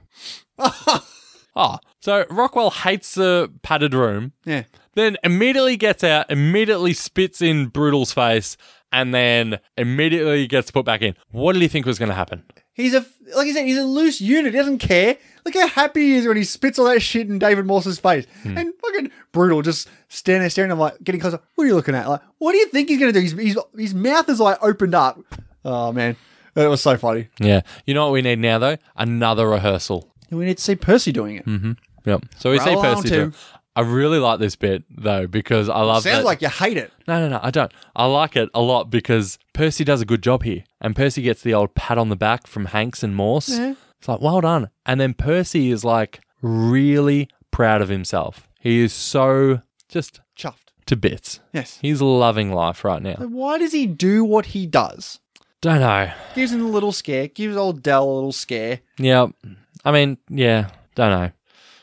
Speaker 2: Ah, so Rockwell hates the padded room,
Speaker 1: Yeah.
Speaker 2: then immediately gets out, immediately spits in Brutal's face, and then immediately gets put back in. What did he think was going to happen?
Speaker 1: He's a like I said, he's a loose unit. He doesn't care. Look how happy he is when he spits all that shit in David Morse's face. And fucking brutal, just standing there staring. I'm like getting closer. What are you looking at? Like, what do you think he's gonna do? His his, his mouth is like opened up. Oh man, it was so funny.
Speaker 2: Yeah. You know what we need now, though? Another rehearsal.
Speaker 1: And we need to see Percy doing it.
Speaker 2: Yep. So we see
Speaker 1: Roll on
Speaker 2: Percy.
Speaker 1: to-
Speaker 2: do it. I really like this bit, though, because I love
Speaker 1: Sounds
Speaker 2: that-
Speaker 1: like you hate it.
Speaker 2: No, no, no, I don't. I like it a lot because Percy does a good job here. And Percy gets the old pat on the back from Hanks and Morse. It's like, well done. And then Percy is like really proud of himself. He is so just
Speaker 1: Chuffed.
Speaker 2: to bits.
Speaker 1: Yes.
Speaker 2: He's loving life right
Speaker 1: So
Speaker 2: now.
Speaker 1: why does he do what he does?
Speaker 2: Don't know.
Speaker 1: Gives him a little scare. Gives old Dell a little scare.
Speaker 2: Yeah. I mean, yeah, don't know.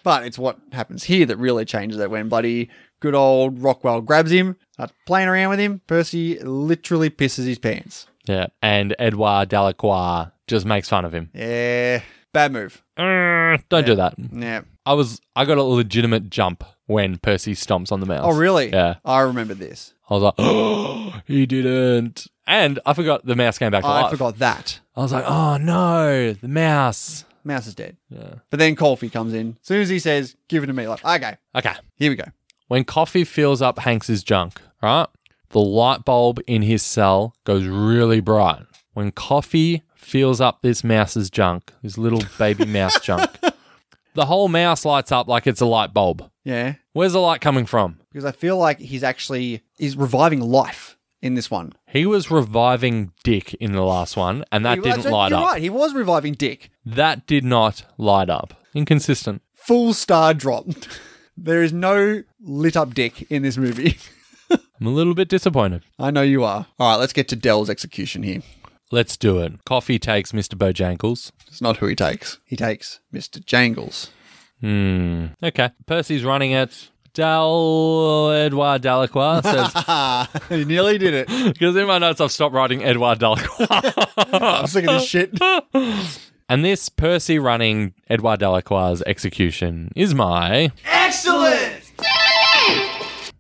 Speaker 1: But it's what happens here that really changes it when bloody good old Rockwell grabs him, starts playing around with him. Percy literally pisses his pants.
Speaker 2: Yeah. And Edouard Delacroix just makes fun of him.
Speaker 1: Yeah. Bad move.
Speaker 2: Mm, Don't do that.
Speaker 1: Yeah.
Speaker 2: I was I got a legitimate jump when Percy stomps on the mouse.
Speaker 1: Oh, really?
Speaker 2: Yeah.
Speaker 1: I remember this.
Speaker 2: I was like, oh, he didn't. And I forgot the mouse came back to
Speaker 1: I
Speaker 2: life.
Speaker 1: forgot that.
Speaker 2: I was like, oh no, the mouse.
Speaker 1: Mouse is dead. Yeah. But then Colfy comes in. As soon as he says, give it to me, like, okay,
Speaker 2: Okay.
Speaker 1: here we go.
Speaker 2: When coffee fills up Hanks's junk, right? The light bulb in his cell goes really bright. When coffee fills up this mouse's junk, this little baby mouse junk, the whole mouse lights up like it's a light bulb.
Speaker 1: Yeah.
Speaker 2: Where's the light coming from?
Speaker 1: Because I feel like he's actually he's reviving life in this one.
Speaker 2: He was reviving Dick in the last one, and that
Speaker 1: He-
Speaker 2: didn't
Speaker 1: that's-
Speaker 2: light
Speaker 1: you're
Speaker 2: up.
Speaker 1: right. He was reviving Dick.
Speaker 2: That did not light up. Inconsistent.
Speaker 1: Full star drop. there is no lit up Dick in this movie.
Speaker 2: I'm a little bit disappointed.
Speaker 1: I know you are. All right, let's get to Dell's execution here.
Speaker 2: Let's do it. Coffee takes Mr. Bojankles.
Speaker 1: It's not who he takes. He takes Mr. Jangles.
Speaker 2: Hmm. Okay. Percy's running it. Del Edouard Delacroix says
Speaker 1: he nearly did it.
Speaker 2: because in my notes I've stopped writing Edouard Delacroix.
Speaker 1: I'm sick of this shit.
Speaker 2: and this Percy running Edouard Delacroix's execution is my.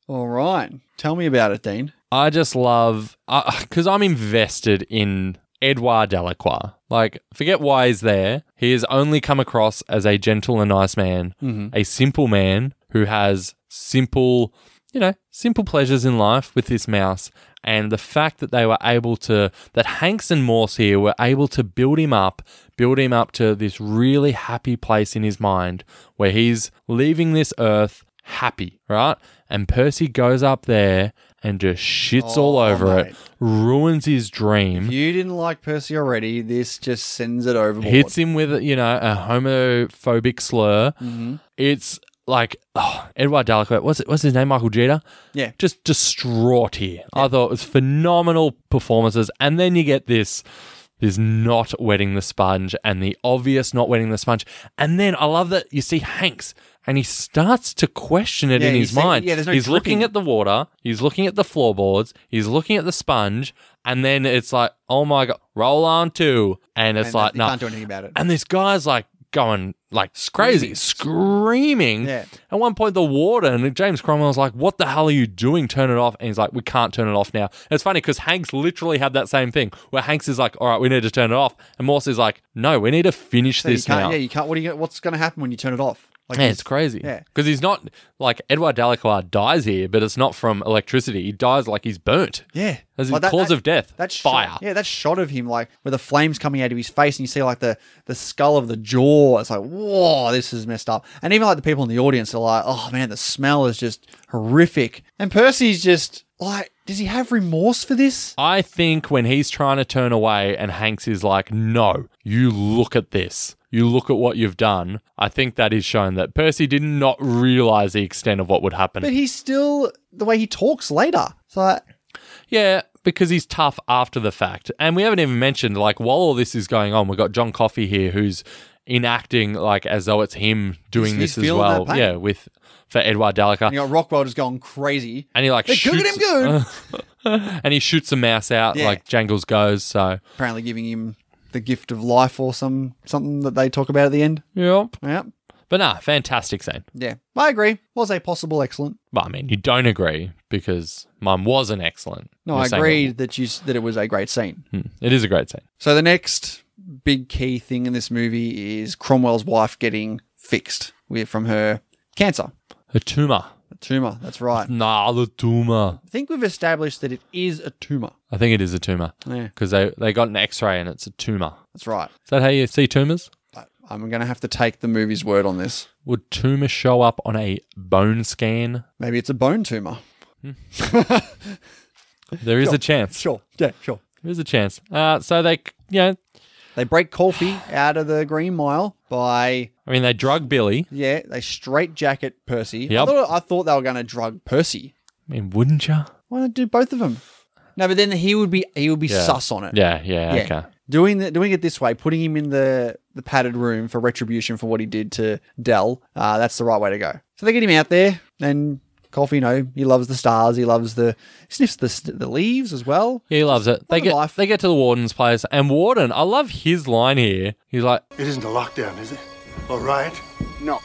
Speaker 1: All right. Tell me about it, Dean.
Speaker 2: I just love because I'm invested in Edouard Delacroix. Like, forget why he's there. He has only come across as a gentle and nice man, a simple man who has simple, you know, simple pleasures in life with this mouse. And the fact that they were able to, that Hanks and Morse here were able to build him up, build him up to this really happy place in his mind where he's leaving this earth happy, right? And Percy goes up there and just shits all over it,
Speaker 1: Oh, mate.
Speaker 2: ruins his dream,
Speaker 1: You didn't like Percy already. This just sends it overboard.
Speaker 2: hits him with, you know, a homophobic slur.
Speaker 1: Mm-hmm.
Speaker 2: It's like oh, Edward Delacroix, what's, what's his name? Michael Jeter?
Speaker 1: Yeah.
Speaker 2: Just distraught here. I thought it was phenomenal performances. And then you get this. This not wetting the sponge and the obvious not wetting the sponge. And then I love that you see Hanks and he starts to question it
Speaker 1: Yeah,
Speaker 2: in
Speaker 1: you
Speaker 2: his
Speaker 1: see-
Speaker 2: mind.
Speaker 1: yeah, there's no
Speaker 2: he's
Speaker 1: dripping.
Speaker 2: looking at the water, he's looking at the floorboards, he's looking at the sponge, and then it's like, oh my God, roll on two. And it's
Speaker 1: And
Speaker 2: like,
Speaker 1: you
Speaker 2: no.
Speaker 1: can't do anything about it.
Speaker 2: And this guy's like going like crazy, screaming.
Speaker 1: Yeah.
Speaker 2: At one point, the warden James Cromwell's like, "What the hell are you doing? Turn it off!" And he's like, "We can't turn it off now." And it's funny because Hanks literally had that same thing where Hanks is like, "All right, we need to turn it off," and Morse is like, "No, we need to finish
Speaker 1: you
Speaker 2: this
Speaker 1: can't,
Speaker 2: now."
Speaker 1: Yeah, you can't. What are you? What's going to happen when you turn it off? Like
Speaker 2: Yeah,
Speaker 1: he's-
Speaker 2: it's crazy.
Speaker 1: Yeah.
Speaker 2: Because he's not like Edouard Delacour dies here, but it's not from electricity. He dies like he's burnt.
Speaker 1: Yeah,
Speaker 2: As
Speaker 1: Like
Speaker 2: his cause of death.
Speaker 1: That
Speaker 2: fire.
Speaker 1: Shot, yeah, that shot of him, like where the flames coming out of his face, and you see like the the skull of the jaw. It's like, whoa, this is messed up. And even like the people in the audience are like, oh man, the smell is just horrific. And Percy's just like, does he have remorse for this?
Speaker 2: I think when he's trying to turn away and Hanks is like, no, you look at this. You look at what you've done. I think that is shown that Percy did not realize the extent of what would happen.
Speaker 1: But he's still the way he talks later. It's like,
Speaker 2: Yeah, because he's tough after the fact. And we haven't even mentioned, like, while all this is going on, we've got John Coffey here who's enacting, like, as though it's him doing
Speaker 1: He's-
Speaker 2: this
Speaker 1: he's
Speaker 2: as
Speaker 1: feeling
Speaker 2: well.
Speaker 1: that pain.
Speaker 2: Yeah, with for Edward Dalica.
Speaker 1: you know, Rockwell just going crazy.
Speaker 2: And he, like,
Speaker 1: They're
Speaker 2: shoots.
Speaker 1: cooking him good.
Speaker 2: and he shoots a mouse out,
Speaker 1: Yeah.
Speaker 2: like, Jangles goes. So,
Speaker 1: Apparently, giving him the gift of life or some something that they talk about at the end.
Speaker 2: yep.
Speaker 1: Yeah,
Speaker 2: But nah, fantastic scene.
Speaker 1: yeah, I agree. Was a possible excellent.
Speaker 2: But I mean, you don't agree because mine wasn't excellent.
Speaker 1: No,
Speaker 2: You're
Speaker 1: I
Speaker 2: saying mm,
Speaker 1: agreed that you s- that it was a great scene.
Speaker 2: It, it is a great scene.
Speaker 1: So the next big key thing in this movie is Cromwell's wife getting fixed with from her cancer,
Speaker 2: A tumor.
Speaker 1: a tumor. That's right.
Speaker 2: Nah, the tumor.
Speaker 1: I think we've established that it is a tumor.
Speaker 2: I think it is a tumor
Speaker 1: Yeah,
Speaker 2: because they, they got an x ray and it's a tumor.
Speaker 1: that's right.
Speaker 2: Is that how you see tumors?
Speaker 1: I'm going to have to take the movie's word on this.
Speaker 2: Would tumors show up on a bone scan?
Speaker 1: Maybe it's a bone tumor.
Speaker 2: There is a chance.
Speaker 1: Sure. Yeah, sure.
Speaker 2: There is a chance. Uh, so they, you know,
Speaker 1: They break Colfi out of the Green Mile by
Speaker 2: I mean, they drug Billy.
Speaker 1: yeah, they straight jacket Percy. I,
Speaker 2: Yep.
Speaker 1: thought, I thought they were going to drug Percy.
Speaker 2: I mean, wouldn't you?
Speaker 1: Why not do both of them? No, but then he would be he would be sus on it.
Speaker 2: Yeah, yeah,
Speaker 1: Yeah.
Speaker 2: okay.
Speaker 1: Doing the, doing it this way, putting him in the, the padded room for retribution for what he did to Dell, uh, that's the right way to go. So they get him out there, and Coffee, you know, he loves the stars, he loves the sniffs the st- the leaves as well.
Speaker 2: Yeah, he loves it. They
Speaker 1: Love
Speaker 2: get
Speaker 1: life.
Speaker 2: they get to the warden's place, and warden, I love his line here. He's like,
Speaker 7: It isn't a lockdown, is it? All right.
Speaker 6: No.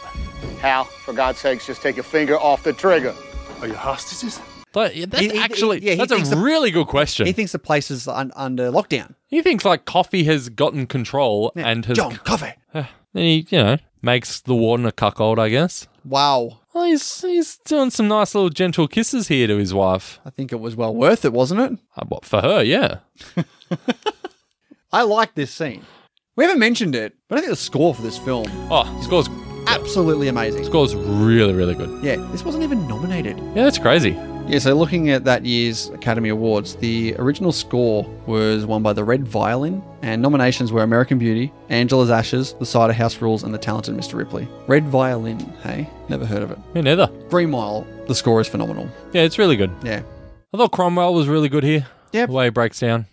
Speaker 6: Hal, for God's sakes, just take your finger off the trigger.
Speaker 7: Are you hostages?
Speaker 2: But yeah, that's
Speaker 1: He- he-
Speaker 2: actually
Speaker 1: he- yeah, he
Speaker 2: that's
Speaker 1: thinks
Speaker 2: a
Speaker 1: the-
Speaker 2: really good question.
Speaker 1: He
Speaker 2: He,
Speaker 1: thinks the place is un- under lockdown.
Speaker 2: thinks like coffee has gotten control
Speaker 1: Yeah.
Speaker 2: and has
Speaker 1: John Coffee.
Speaker 2: and he you know makes the warden a cuckold, I guess.
Speaker 1: Wow,
Speaker 2: Well, he's he's doing some nice little gentle kisses here to his wife.
Speaker 1: I think it was well worth it, wasn't it?
Speaker 2: Uh, what for her? Yeah,
Speaker 1: I like this scene. We haven't mentioned it, but I think the score for this film
Speaker 2: oh, scores
Speaker 1: absolutely amazing.
Speaker 2: scores really really good.
Speaker 1: Yeah, this wasn't even nominated.
Speaker 2: Yeah, that's crazy.
Speaker 1: Yeah, so looking at that year's Academy Awards, the original score was won by The Red Violin, and nominations were American Beauty, Angela's Ashes, The Cider House Rules, and The Talented Mr. Ripley. Red Violin, hey? Never heard of it.
Speaker 2: Me neither.
Speaker 1: Green Mile, the score is phenomenal.
Speaker 2: Yeah, it's really good.
Speaker 1: Yeah.
Speaker 2: I thought Cromwell was really good here.
Speaker 1: Yep.
Speaker 2: the way he breaks down.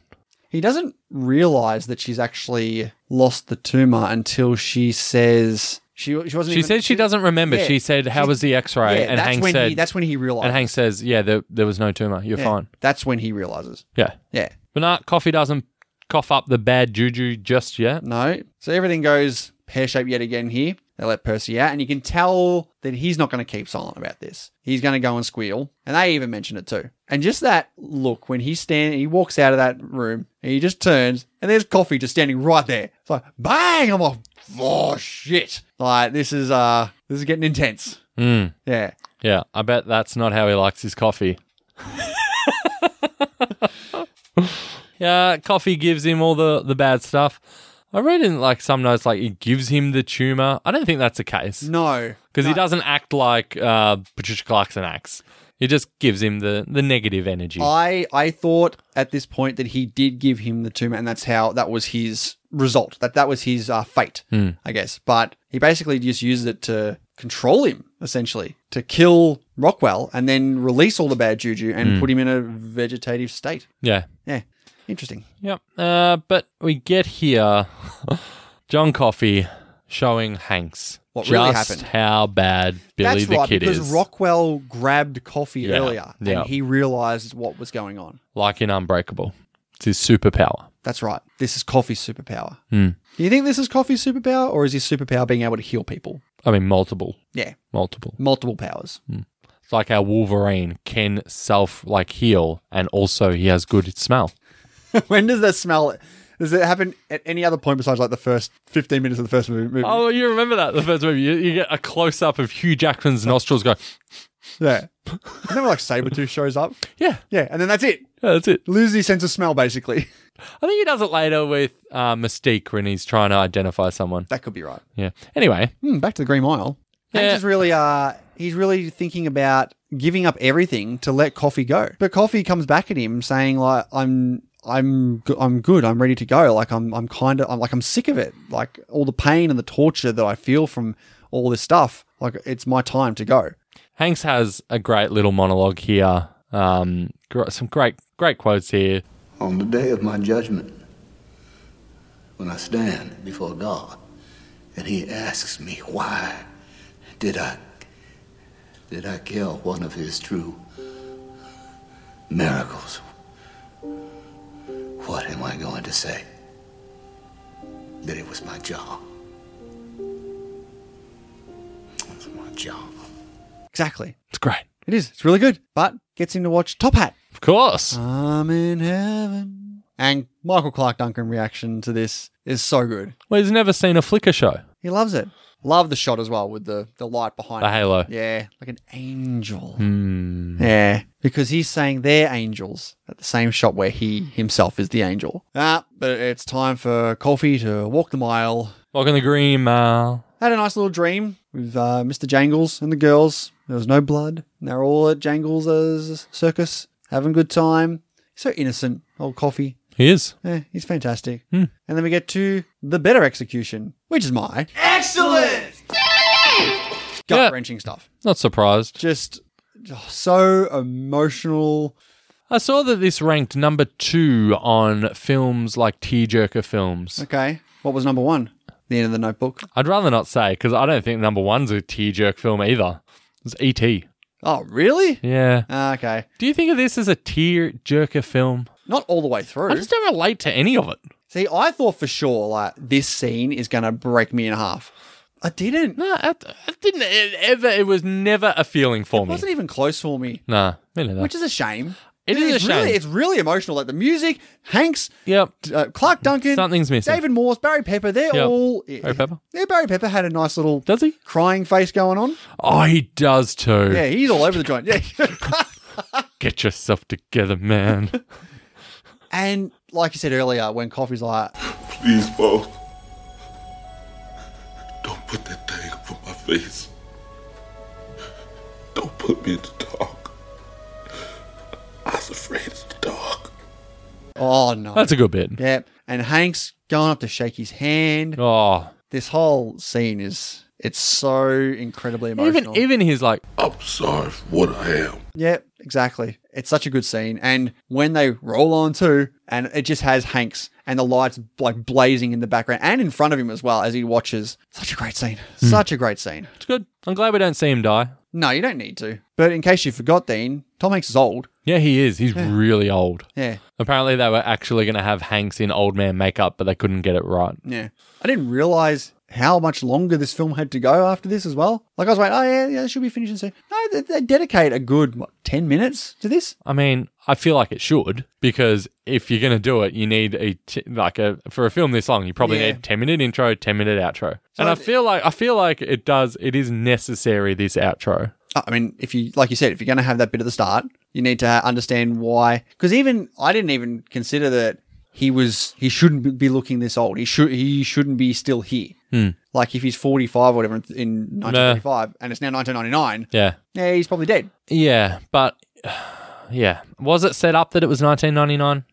Speaker 1: He doesn't realize that she's actually lost the tumor until she says she, she wasn't
Speaker 2: She
Speaker 1: even-
Speaker 2: said she doesn't remember.
Speaker 1: Yeah.
Speaker 2: She said, "How
Speaker 1: She-
Speaker 2: was the X-ray?"
Speaker 1: Yeah,
Speaker 2: and
Speaker 1: that's
Speaker 2: Hank
Speaker 1: when
Speaker 2: said,
Speaker 1: he, that's when he realized.
Speaker 2: and Hank says, "Yeah, there, there was no tumor. You're
Speaker 1: Yeah,
Speaker 2: fine."
Speaker 1: That's when he realizes.
Speaker 2: Yeah.
Speaker 1: Yeah.
Speaker 2: But nah, coffee doesn't cough up the bad juju just yet.
Speaker 1: No. So everything goes pear shaped yet again here. They let Percy out, and you can tell that he's not going to keep silent about this. He's going to go and squeal, and they even mention it too. And just that look when he stand, he walks out of that room, and he just turns, and there's Coffee just standing right there. It's like bang! I'm off. Oh shit! Like this is uh, this is getting intense.
Speaker 2: Mm.
Speaker 1: Yeah.
Speaker 2: Yeah, I bet that's not how he likes his coffee. yeah, coffee gives him all the, the bad stuff. I read in like some notes like it gives him the tumor. I don't think that's the case
Speaker 1: No.
Speaker 2: because he doesn't act like uh, Patricia Clarkson acts. It just gives him the, the negative energy.
Speaker 1: I I thought at this point that he did give him the tumor, and that's how that was his result. That that was his uh, fate,
Speaker 2: Hmm.
Speaker 1: I guess. But he basically just used it to control him, essentially, to kill Rockwell, and then release all the bad juju
Speaker 2: Hmm.
Speaker 1: and put him in a vegetative state.
Speaker 2: yeah.
Speaker 1: Yeah, interesting.
Speaker 2: Yep. Uh, but we get here John Coffey showing Hanks
Speaker 1: What
Speaker 2: just
Speaker 1: really happened.
Speaker 2: how bad Billy
Speaker 1: that's
Speaker 2: the
Speaker 1: right,
Speaker 2: Kid
Speaker 1: because
Speaker 2: is.
Speaker 1: Rockwell grabbed coffee
Speaker 2: Yeah,
Speaker 1: earlier,
Speaker 2: yeah.
Speaker 1: and he realized what was going on.
Speaker 2: like in Unbreakable. It's his superpower.
Speaker 1: That's right. This is coffee's superpower.
Speaker 2: Hmm.
Speaker 1: Do you think this is coffee's superpower, or is his superpower being able to heal people?
Speaker 2: I mean, multiple,
Speaker 1: Yeah,
Speaker 2: multiple.
Speaker 1: multiple powers.
Speaker 2: It's like how Wolverine can self like heal, and also he has good smell.
Speaker 1: when does that smell? Does it happen at any other point besides like the first fifteen minutes of the first movie? movie?
Speaker 2: Oh, you remember that the first movie? You, you get a close up of Hugh Jackman's nostrils going.
Speaker 1: yeah. and then like Sabretooth shows up.
Speaker 2: Yeah,
Speaker 1: Yeah, and then that's it.
Speaker 2: yeah, that's it.
Speaker 1: Loses his sense of smell basically.
Speaker 2: I think he does it later with uh, Mystique when he's trying to identify someone.
Speaker 1: That could be right.
Speaker 2: Yeah. Anyway,
Speaker 1: Hmm, back to the Green Mile.
Speaker 2: Yeah.
Speaker 1: Hanks is really uh he's really thinking about giving up everything to let Coffee go. But Coffee comes back at him saying like I'm I'm go- I'm good. I'm ready to go. Like I'm I'm kind of I'm like I'm sick of it. Like all the pain and the torture that I feel from all this stuff. Like it's my time to go.
Speaker 2: Hanks has a great little monologue here. Um, gr- some great, great quotes here.
Speaker 8: On the day of my judgment, when I stand before God and he asks me, why did I, did I kill one of his true miracles? What am I going to say? That it was my job. It was my job.
Speaker 1: Exactly.
Speaker 2: It's great.
Speaker 1: It is. It's really good. But gets him to watch Top Hat.
Speaker 2: Of course.
Speaker 1: I'm in heaven. And Michael Clark Duncan reaction to this is so good.
Speaker 2: well, he's never seen a flicker show.
Speaker 1: He loves it. Love the shot as well with the, the light behind
Speaker 2: The
Speaker 1: him.
Speaker 2: halo. Hmm.
Speaker 1: Yeah, like an angel. Yeah, because he's saying they're angels at the same shot where he himself is the angel. Ah, but it's time for Coffee to walk the mile.
Speaker 2: Walking the green mile.
Speaker 1: Had a nice little dream with uh, Mr. Jangles and the girls. There was no blood. and They're all at Jangles' circus, having a good time. So innocent, old Coffee.
Speaker 2: He is.
Speaker 1: Yeah, he's fantastic.
Speaker 2: Hmm.
Speaker 1: And then we get to the better execution, which is my excellent, gut wrenching stuff.
Speaker 2: Not surprised.
Speaker 1: Just oh, so emotional.
Speaker 2: I saw that this ranked number two on films like tearjerker films.
Speaker 1: Okay, what was number one? The end of the Notebook.
Speaker 2: I'd rather not say because I don't think number one's a tearjerk film either. It's E.T.
Speaker 1: Oh, really?
Speaker 2: Yeah.
Speaker 1: Ah, Okay,
Speaker 2: Do you think of this as a tearjerker film?
Speaker 1: not all the way through.
Speaker 2: I just don't relate to any of it.
Speaker 1: See, I thought for sure like this scene is gonna break me in half. I didn't.
Speaker 2: No, I, I didn't it ever. It was never a feeling for
Speaker 1: It
Speaker 2: me.
Speaker 1: wasn't even close for me,
Speaker 2: Nah, me neither.
Speaker 1: which is a shame.
Speaker 2: It is a
Speaker 1: it's Really,
Speaker 2: shame.
Speaker 1: it's really emotional. Like the music, Hanks,
Speaker 2: yep.
Speaker 1: uh, Clark Duncan,
Speaker 2: Something's missing.
Speaker 1: David Morse, Barry Pepper, they're
Speaker 2: Yeah.
Speaker 1: all.
Speaker 2: Barry Pepper?
Speaker 1: Yeah, Barry Pepper had a nice little
Speaker 2: Does he?
Speaker 1: crying face going on.
Speaker 2: Oh, he does too.
Speaker 1: Yeah, he's all over the joint. Yeah.
Speaker 2: Get yourself together, man.
Speaker 1: and like you said earlier, when Coffee's like,
Speaker 3: Please, boss. Don't put that thing up on my face. Don't put me in the dark. I was afraid of the dark.
Speaker 1: oh no.
Speaker 2: That's a good bit.
Speaker 1: yeah. And Hank's going up to shake his hand.
Speaker 2: Oh,
Speaker 1: This whole scene is. It's so incredibly emotional.
Speaker 2: even even he's like,
Speaker 3: I'm sorry for what I am.
Speaker 1: yeah, exactly. It's such a good scene. And when they roll on too, and it just has Hanks and the lights like blazing in the background and in front of him as well as he watches. Such a great scene. Such a great scene.
Speaker 2: it's good. I'm glad we don't see him die.
Speaker 1: No, you don't need to. But in case you forgot, Dean, Tom Hanks is old.
Speaker 2: Yeah, he is. He's really old.
Speaker 1: Yeah,
Speaker 2: Apparently, they were actually going to have Hanks in old man makeup, but they couldn't get it right.
Speaker 1: yeah. I didn't realize how much longer this film had to go after this as well. Like I was like, oh yeah, yeah, this should be finishing soon. No, they, they dedicate a good what, ten minutes to this.
Speaker 2: I mean, I feel like it should because if you're going to do it, you need a t- like a for a film this long, you probably
Speaker 1: Yeah.
Speaker 2: need 10 minute intro, 10 minute outro. and I
Speaker 1: it-
Speaker 2: feel like I feel like it does it is necessary this outro.
Speaker 1: Oh, I mean, if you like you said, if you're going to have that bit at the start, you need to ha- understand why. Because even I didn't even consider that he was he shouldn't be looking this old. He should he shouldn't be still here. Like if he's 45 or whatever in 1935 and it's now 1999,
Speaker 2: Yeah.
Speaker 1: yeah, he's probably dead.
Speaker 2: Yeah, but yeah. Was it set up that it was 1999?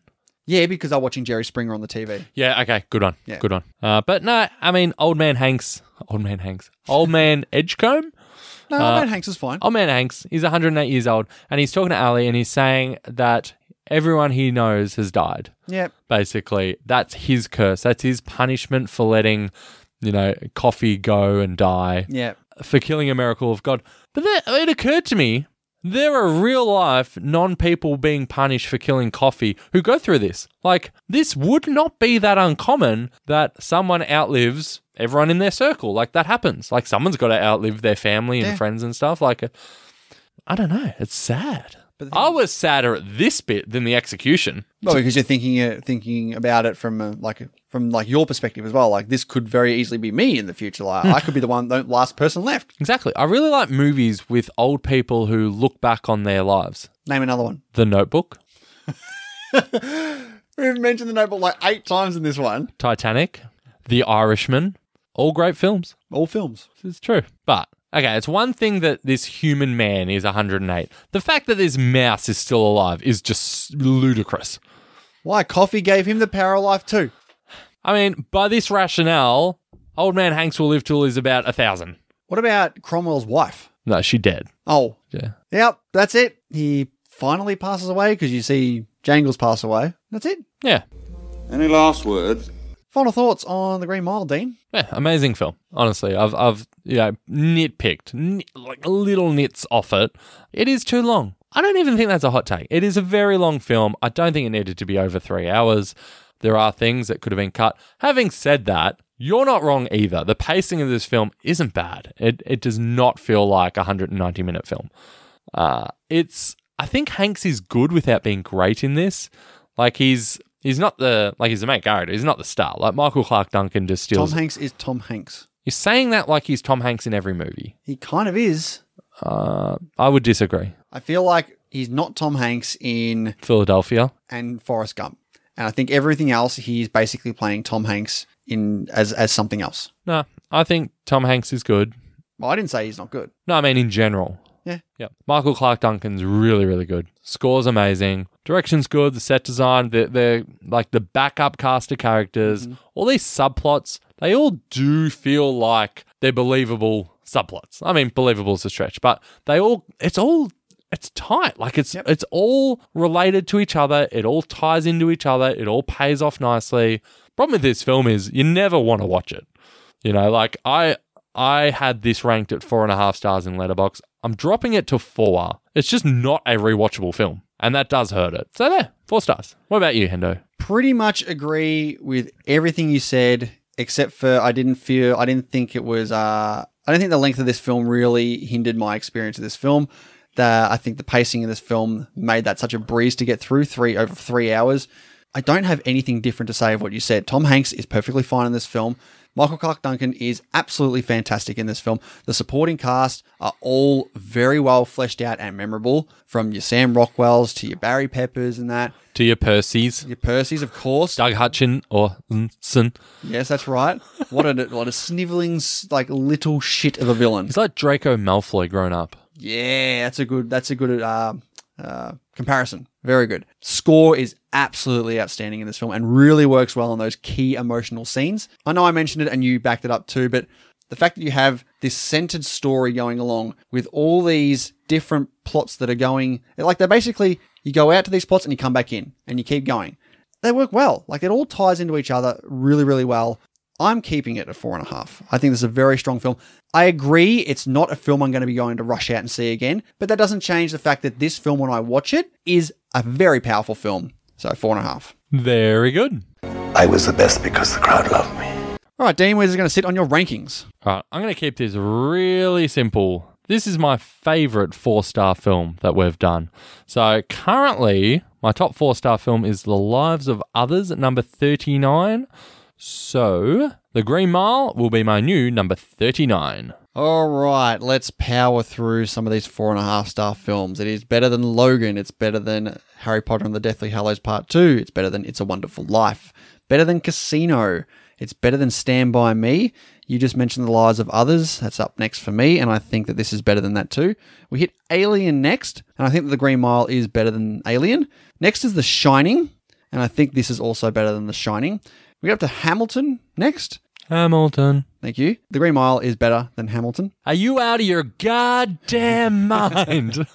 Speaker 1: Yeah, because I'm watching Jerry Springer on the TV.
Speaker 2: Yeah, okay, good one.
Speaker 1: Yeah.
Speaker 2: Good one. Uh, but no, I mean, old man Hanks, old man Hanks, old man Edgecombe,
Speaker 1: No, uh, Hanks is fine.
Speaker 2: old Oh, man Hanks, he's 108 years old and he's talking to Ali and he's saying that everyone he knows has died.
Speaker 1: yeah,
Speaker 2: basically. That's his curse. That's his punishment for letting, you know, coffee go and die,
Speaker 1: yeah,
Speaker 2: for killing a miracle of God. But that, it occurred to me There are real life non people being punished for killing coffee who go through this. Like, this would not be that uncommon that someone outlives everyone in their circle. Like, that happens. Like, someone's got to outlive their family and friends and stuff. Like, I don't know. It's sad.
Speaker 1: But the
Speaker 2: I was sadder at this bit than the execution.
Speaker 1: Well, because you're thinking uh, thinking about it from uh, like from like your perspective as well. Like this could very easily be me in the future. Like I could be the one the last person left.
Speaker 2: Exactly. I really like movies with old people who look back on their lives.
Speaker 1: Name another one.
Speaker 2: The Notebook,
Speaker 1: We've mentioned the notebook like eight times in this one.
Speaker 2: Titanic, The Irishman, all great films.
Speaker 1: All films.
Speaker 2: This is true. But okay, it's one thing that this human man is 108. The fact that this mouse is still alive is just ludicrous.
Speaker 1: Why coffee gave him the power of life too?
Speaker 2: I mean, by this rationale, old man Hanks will live till he's about a thousand.
Speaker 1: What about Cromwell's wife?
Speaker 2: No, she dead.
Speaker 1: Oh,
Speaker 2: Yeah.
Speaker 1: yep, that's it. He finally passes away because you see Jangles pass away. That's it.
Speaker 2: Yeah.
Speaker 5: Any last words?
Speaker 1: Final thoughts on the Green Mile, Dean?
Speaker 2: Yeah, amazing film. Honestly, I've I've you know nitpicked ni- like little nits off it. It is too long. I don't even think that's a hot take. It is a very long film. I don't think it needed to be over three hours. There are things that could have been cut. Having said that, you're not wrong either. The pacing of this film isn't bad. It it does not feel like a 190 minute film. Uh, it's I think Hanks is good without being great in this. Like he's he's not the like he's the main character. He's not the star. Like Michael Clark Duncan just
Speaker 1: Tom
Speaker 2: steals
Speaker 1: Hanks is Tom Hanks.
Speaker 2: you're saying that like he's Tom Hanks in every movie.
Speaker 1: He kind of is.
Speaker 2: Uh, I would disagree.
Speaker 1: I feel like he's not Tom Hanks in
Speaker 2: Philadelphia.
Speaker 1: and Forrest Gump. And I think everything else he's basically playing Tom Hanks in as as something else.
Speaker 2: No, I think Tom Hanks is good.
Speaker 1: Well, I didn't say he's not good.
Speaker 2: No, I mean in general.
Speaker 1: Yeah.
Speaker 2: Yep. Michael Clark Duncan's really, really good. Score's amazing. Direction's good. The set design, the, the like the backup cast of characters, all these subplots, they all do feel like they're believable subplots. I mean, believable is a stretch, but they all, it's all, it's tight. Like it's, it's all related to each other. It all ties into each other. It all pays off nicely. Problem with this film is you never want to watch it. You know, like I I had this ranked at four and a half stars in Letterbox. I'm dropping it to four. It's just not a rewatchable film, and that does hurt it. So there, four stars. What about you, Hendo?
Speaker 1: Pretty much agree with everything you said, except for I didn't feel I didn't think it was uh I don't think the length of this film really hindered my experience of this film. The, I think the pacing of this film made that such a breeze to get through three over three hours. I don't have anything different to say of what you said. Tom Hanks is perfectly fine in this film. Michael Clark Duncan is absolutely fantastic in this film. The supporting cast are all very well fleshed out and memorable, from your Sam Rockwells to your Barry Peppers and that.
Speaker 2: To your Percy's,
Speaker 1: Your Percy's, of course.
Speaker 2: Doug Hutchin or Son.
Speaker 1: Yes, that's right. What a what a sniveling s- like little shit of a villain.
Speaker 2: He's like Draco Malfoy grown up.
Speaker 1: Yeah, that's a good that's a good uh, uh, comparison. Very good. Score is absolutely outstanding in this film and really works well on those key emotional scenes. I know I mentioned it and you backed it up too, but the fact that you have this centered story going along with all these different plots that are going like they're basically you go out to these plots and you come back in and you keep going. They work well. Like it all ties into each other really, really well. I'm keeping it at four and a half. I think this is a very strong film. I agree, it's not a film I'm going to be going to rush out and see again, but that doesn't change the fact that this film, when I watch it, is a very powerful film. So four and a half.
Speaker 2: Very good.
Speaker 4: I was the best because the crowd loved me.
Speaker 1: All right, Dean, where's it going to sit on your rankings?
Speaker 2: All right, Uh, I'm going to keep this really simple. This is my favorite four star film that we've done. So currently, my top four star film is The Lives of Others at number 39. So The Green Mile will be my new number 39.
Speaker 1: All right, let's power through some of these four and a half star films. It is better than Logan. It's better than Harry Potter and the Deathly Hallows Part 2. It's better than It's a Wonderful Life. Better than Casino. It's better than Stand By Me. You just mentioned The Lives of Others. That's up next for me, and I think that this is better than that too. We hit Alien next, and I think that The Green Mile is better than Alien. Next is The Shining, and I think this is also better than The Shining. We get up to Hamilton next.
Speaker 2: Hamilton.
Speaker 1: Thank you. The Green Mile is better than Hamilton.
Speaker 2: Are you out of your goddamn mind?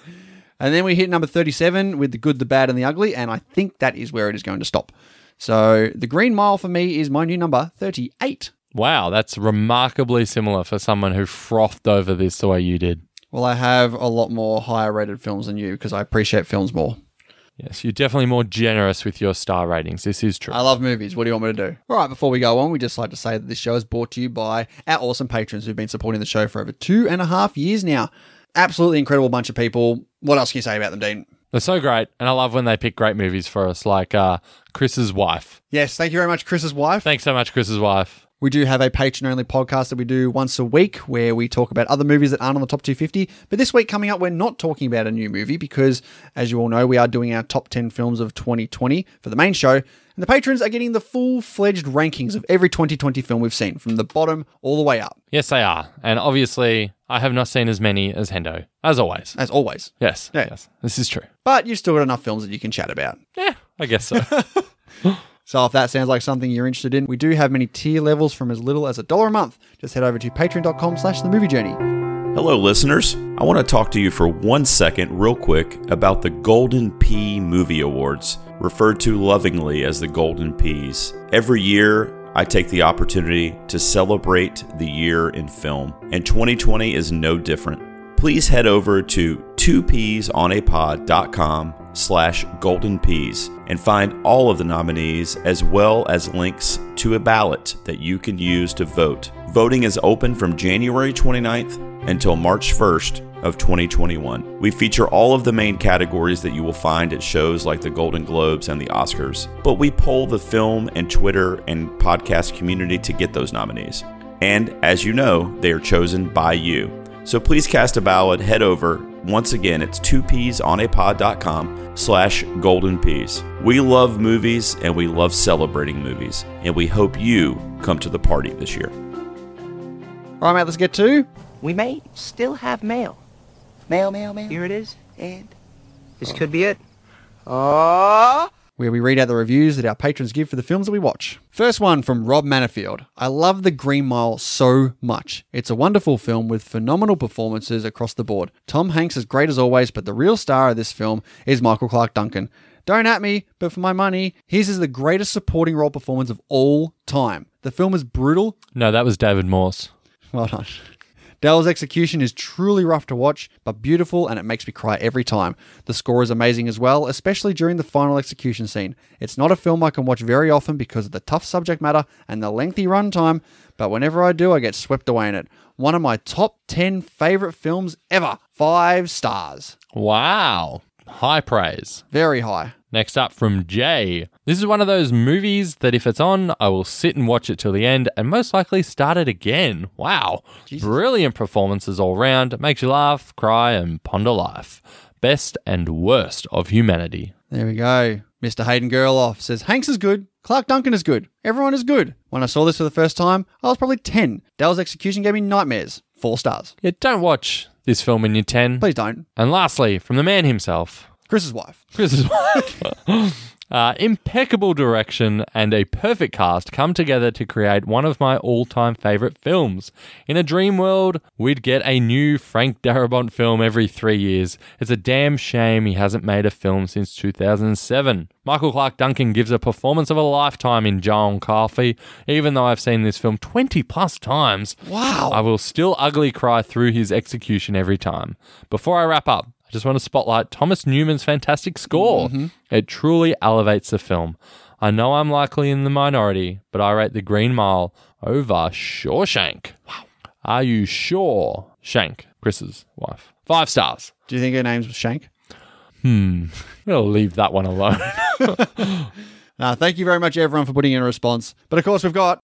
Speaker 1: And then we hit number 37 with the good, the bad, and the ugly. And I think that is where it is going to stop. So the green mile for me is my new number 38.
Speaker 2: wow, that's remarkably similar for someone who frothed over this the way you did.
Speaker 1: Well, I have a lot more higher rated films than you because I appreciate films more.
Speaker 2: Yes, you're definitely more generous with your star ratings. This is true.
Speaker 1: I love movies. What do you want me to do? All right, before we go on, we just like to say that this show is brought to you by our awesome patrons who've been supporting the show for over two and a half years now. Absolutely incredible bunch of people. What else can you say about them, Dean?
Speaker 2: They're so great, and I love when they pick great movies for us, like uh, Chris's wife.
Speaker 1: Yes, thank you very much, Chris's wife.
Speaker 2: Thanks so much, Chris's wife.
Speaker 1: We do have a patron only podcast that we do once a week where we talk about other movies that aren't on the top 250. But this week coming up, we're not talking about a new movie because, as you all know, we are doing our top 10 films of 2020 for the main show. And the patrons are getting the full fledged rankings of every 2020 film we've seen from the bottom all the way up,
Speaker 2: Yes, they are, and obviously, I have not seen as many as Hendo, as always.
Speaker 1: as always.
Speaker 2: Yes,
Speaker 1: Yeah.
Speaker 2: yes, this is true.
Speaker 1: But you've still got enough films that you can chat about.
Speaker 2: Yeah, I guess so.
Speaker 1: So if that sounds like something you're interested in, we do have many tier levels from as little as a dollar a month. Just head over to patreon.com slash the movie journey.
Speaker 9: Hello, listeners. I want to talk to you for one second, real quick, about the Golden Pea Movie Awards, referred to lovingly as the Golden Peas. Every year, I take the opportunity to celebrate the year in film, and 2020 is no different. Please head over to 2peasonapod.com slash golden peas and find all of the nominees as well as links to a ballot that you can use to vote. Voting is open from January 29th until March 1st of 2021. We feature all of the main categories that you will find at shows like the Golden Globes and the Oscars, but we poll the film and Twitter and podcast community to get those nominees. And as you know, they are chosen by you. So please cast a ballot, head over. Once again, it's 2peasonapod.com slash golden peas. We love movies and we love celebrating movies, and we hope you come to the party this year.
Speaker 1: All right, mate, let's get to...
Speaker 10: We may still have mail.
Speaker 6: Mail, mail, mail.
Speaker 10: Here it is.
Speaker 6: and
Speaker 10: This could be it.
Speaker 1: Ah.
Speaker 10: Oh!
Speaker 1: where we read out the reviews that our patrons give for the films that we watch. First one from Rob Manafield. I love The Green Mile so much. It's a wonderful film with phenomenal performances across the board. Tom Hanks is great as always, but the real star of this film is Michael Clark Duncan. Don't at me, but for my money, his is the greatest supporting role performance of all time. The film is brutal,
Speaker 2: no, that was David Morse.
Speaker 1: well done. Dell's execution is truly rough to watch, but beautiful, and it makes me cry every time. The score is amazing as well, especially during the final execution scene. It's not a film I can watch very often because of the tough subject matter and the lengthy runtime, but whenever I do, I get swept away in it. One of my top 10 favorite films ever. Five stars.
Speaker 2: Wow, high praise.
Speaker 1: Very high.
Speaker 2: Next up from Jay. This is one of those movies that if it's on, I will sit and watch it till the end and most likely start it again. Wow. Brilliant performances all round. It makes you laugh, cry, and ponder life. Best and worst of humanity.
Speaker 1: There we go. Mr. Hayden Gerloff says Hanks is good. Clark Duncan is good. Everyone is good. When I saw this for the first time, I was probably 10. Dell's execution gave me nightmares. Four stars.
Speaker 2: Yeah, don't watch this film in your 10.
Speaker 1: Please don't.
Speaker 2: And lastly, from the man himself,
Speaker 1: Chris's wife.
Speaker 2: Chris's wife. Uh, impeccable direction and a perfect cast come together to create one of my all-time favorite films. In a dream world, we'd get a new Frank Darabont film every three years. It's a damn shame he hasn't made a film since 2007. Michael Clark Duncan gives a performance of a lifetime in John Coffee. Even though I've seen this film 20 plus times,
Speaker 1: Wow.
Speaker 2: I will still ugly cry through his execution every time. Before I wrap up, I just want to spotlight Thomas Newman's fantastic score. It truly elevates the film. I know I'm likely in the minority, but I rate The Green Mile over Shawshank. Wow. Are you sure? Shank, Chris's wife. Five stars.
Speaker 1: Do you think her name's Shank?
Speaker 2: We'll leave that one alone.
Speaker 1: Uh, thank you very much, everyone, for putting in a response. But of course, we've got.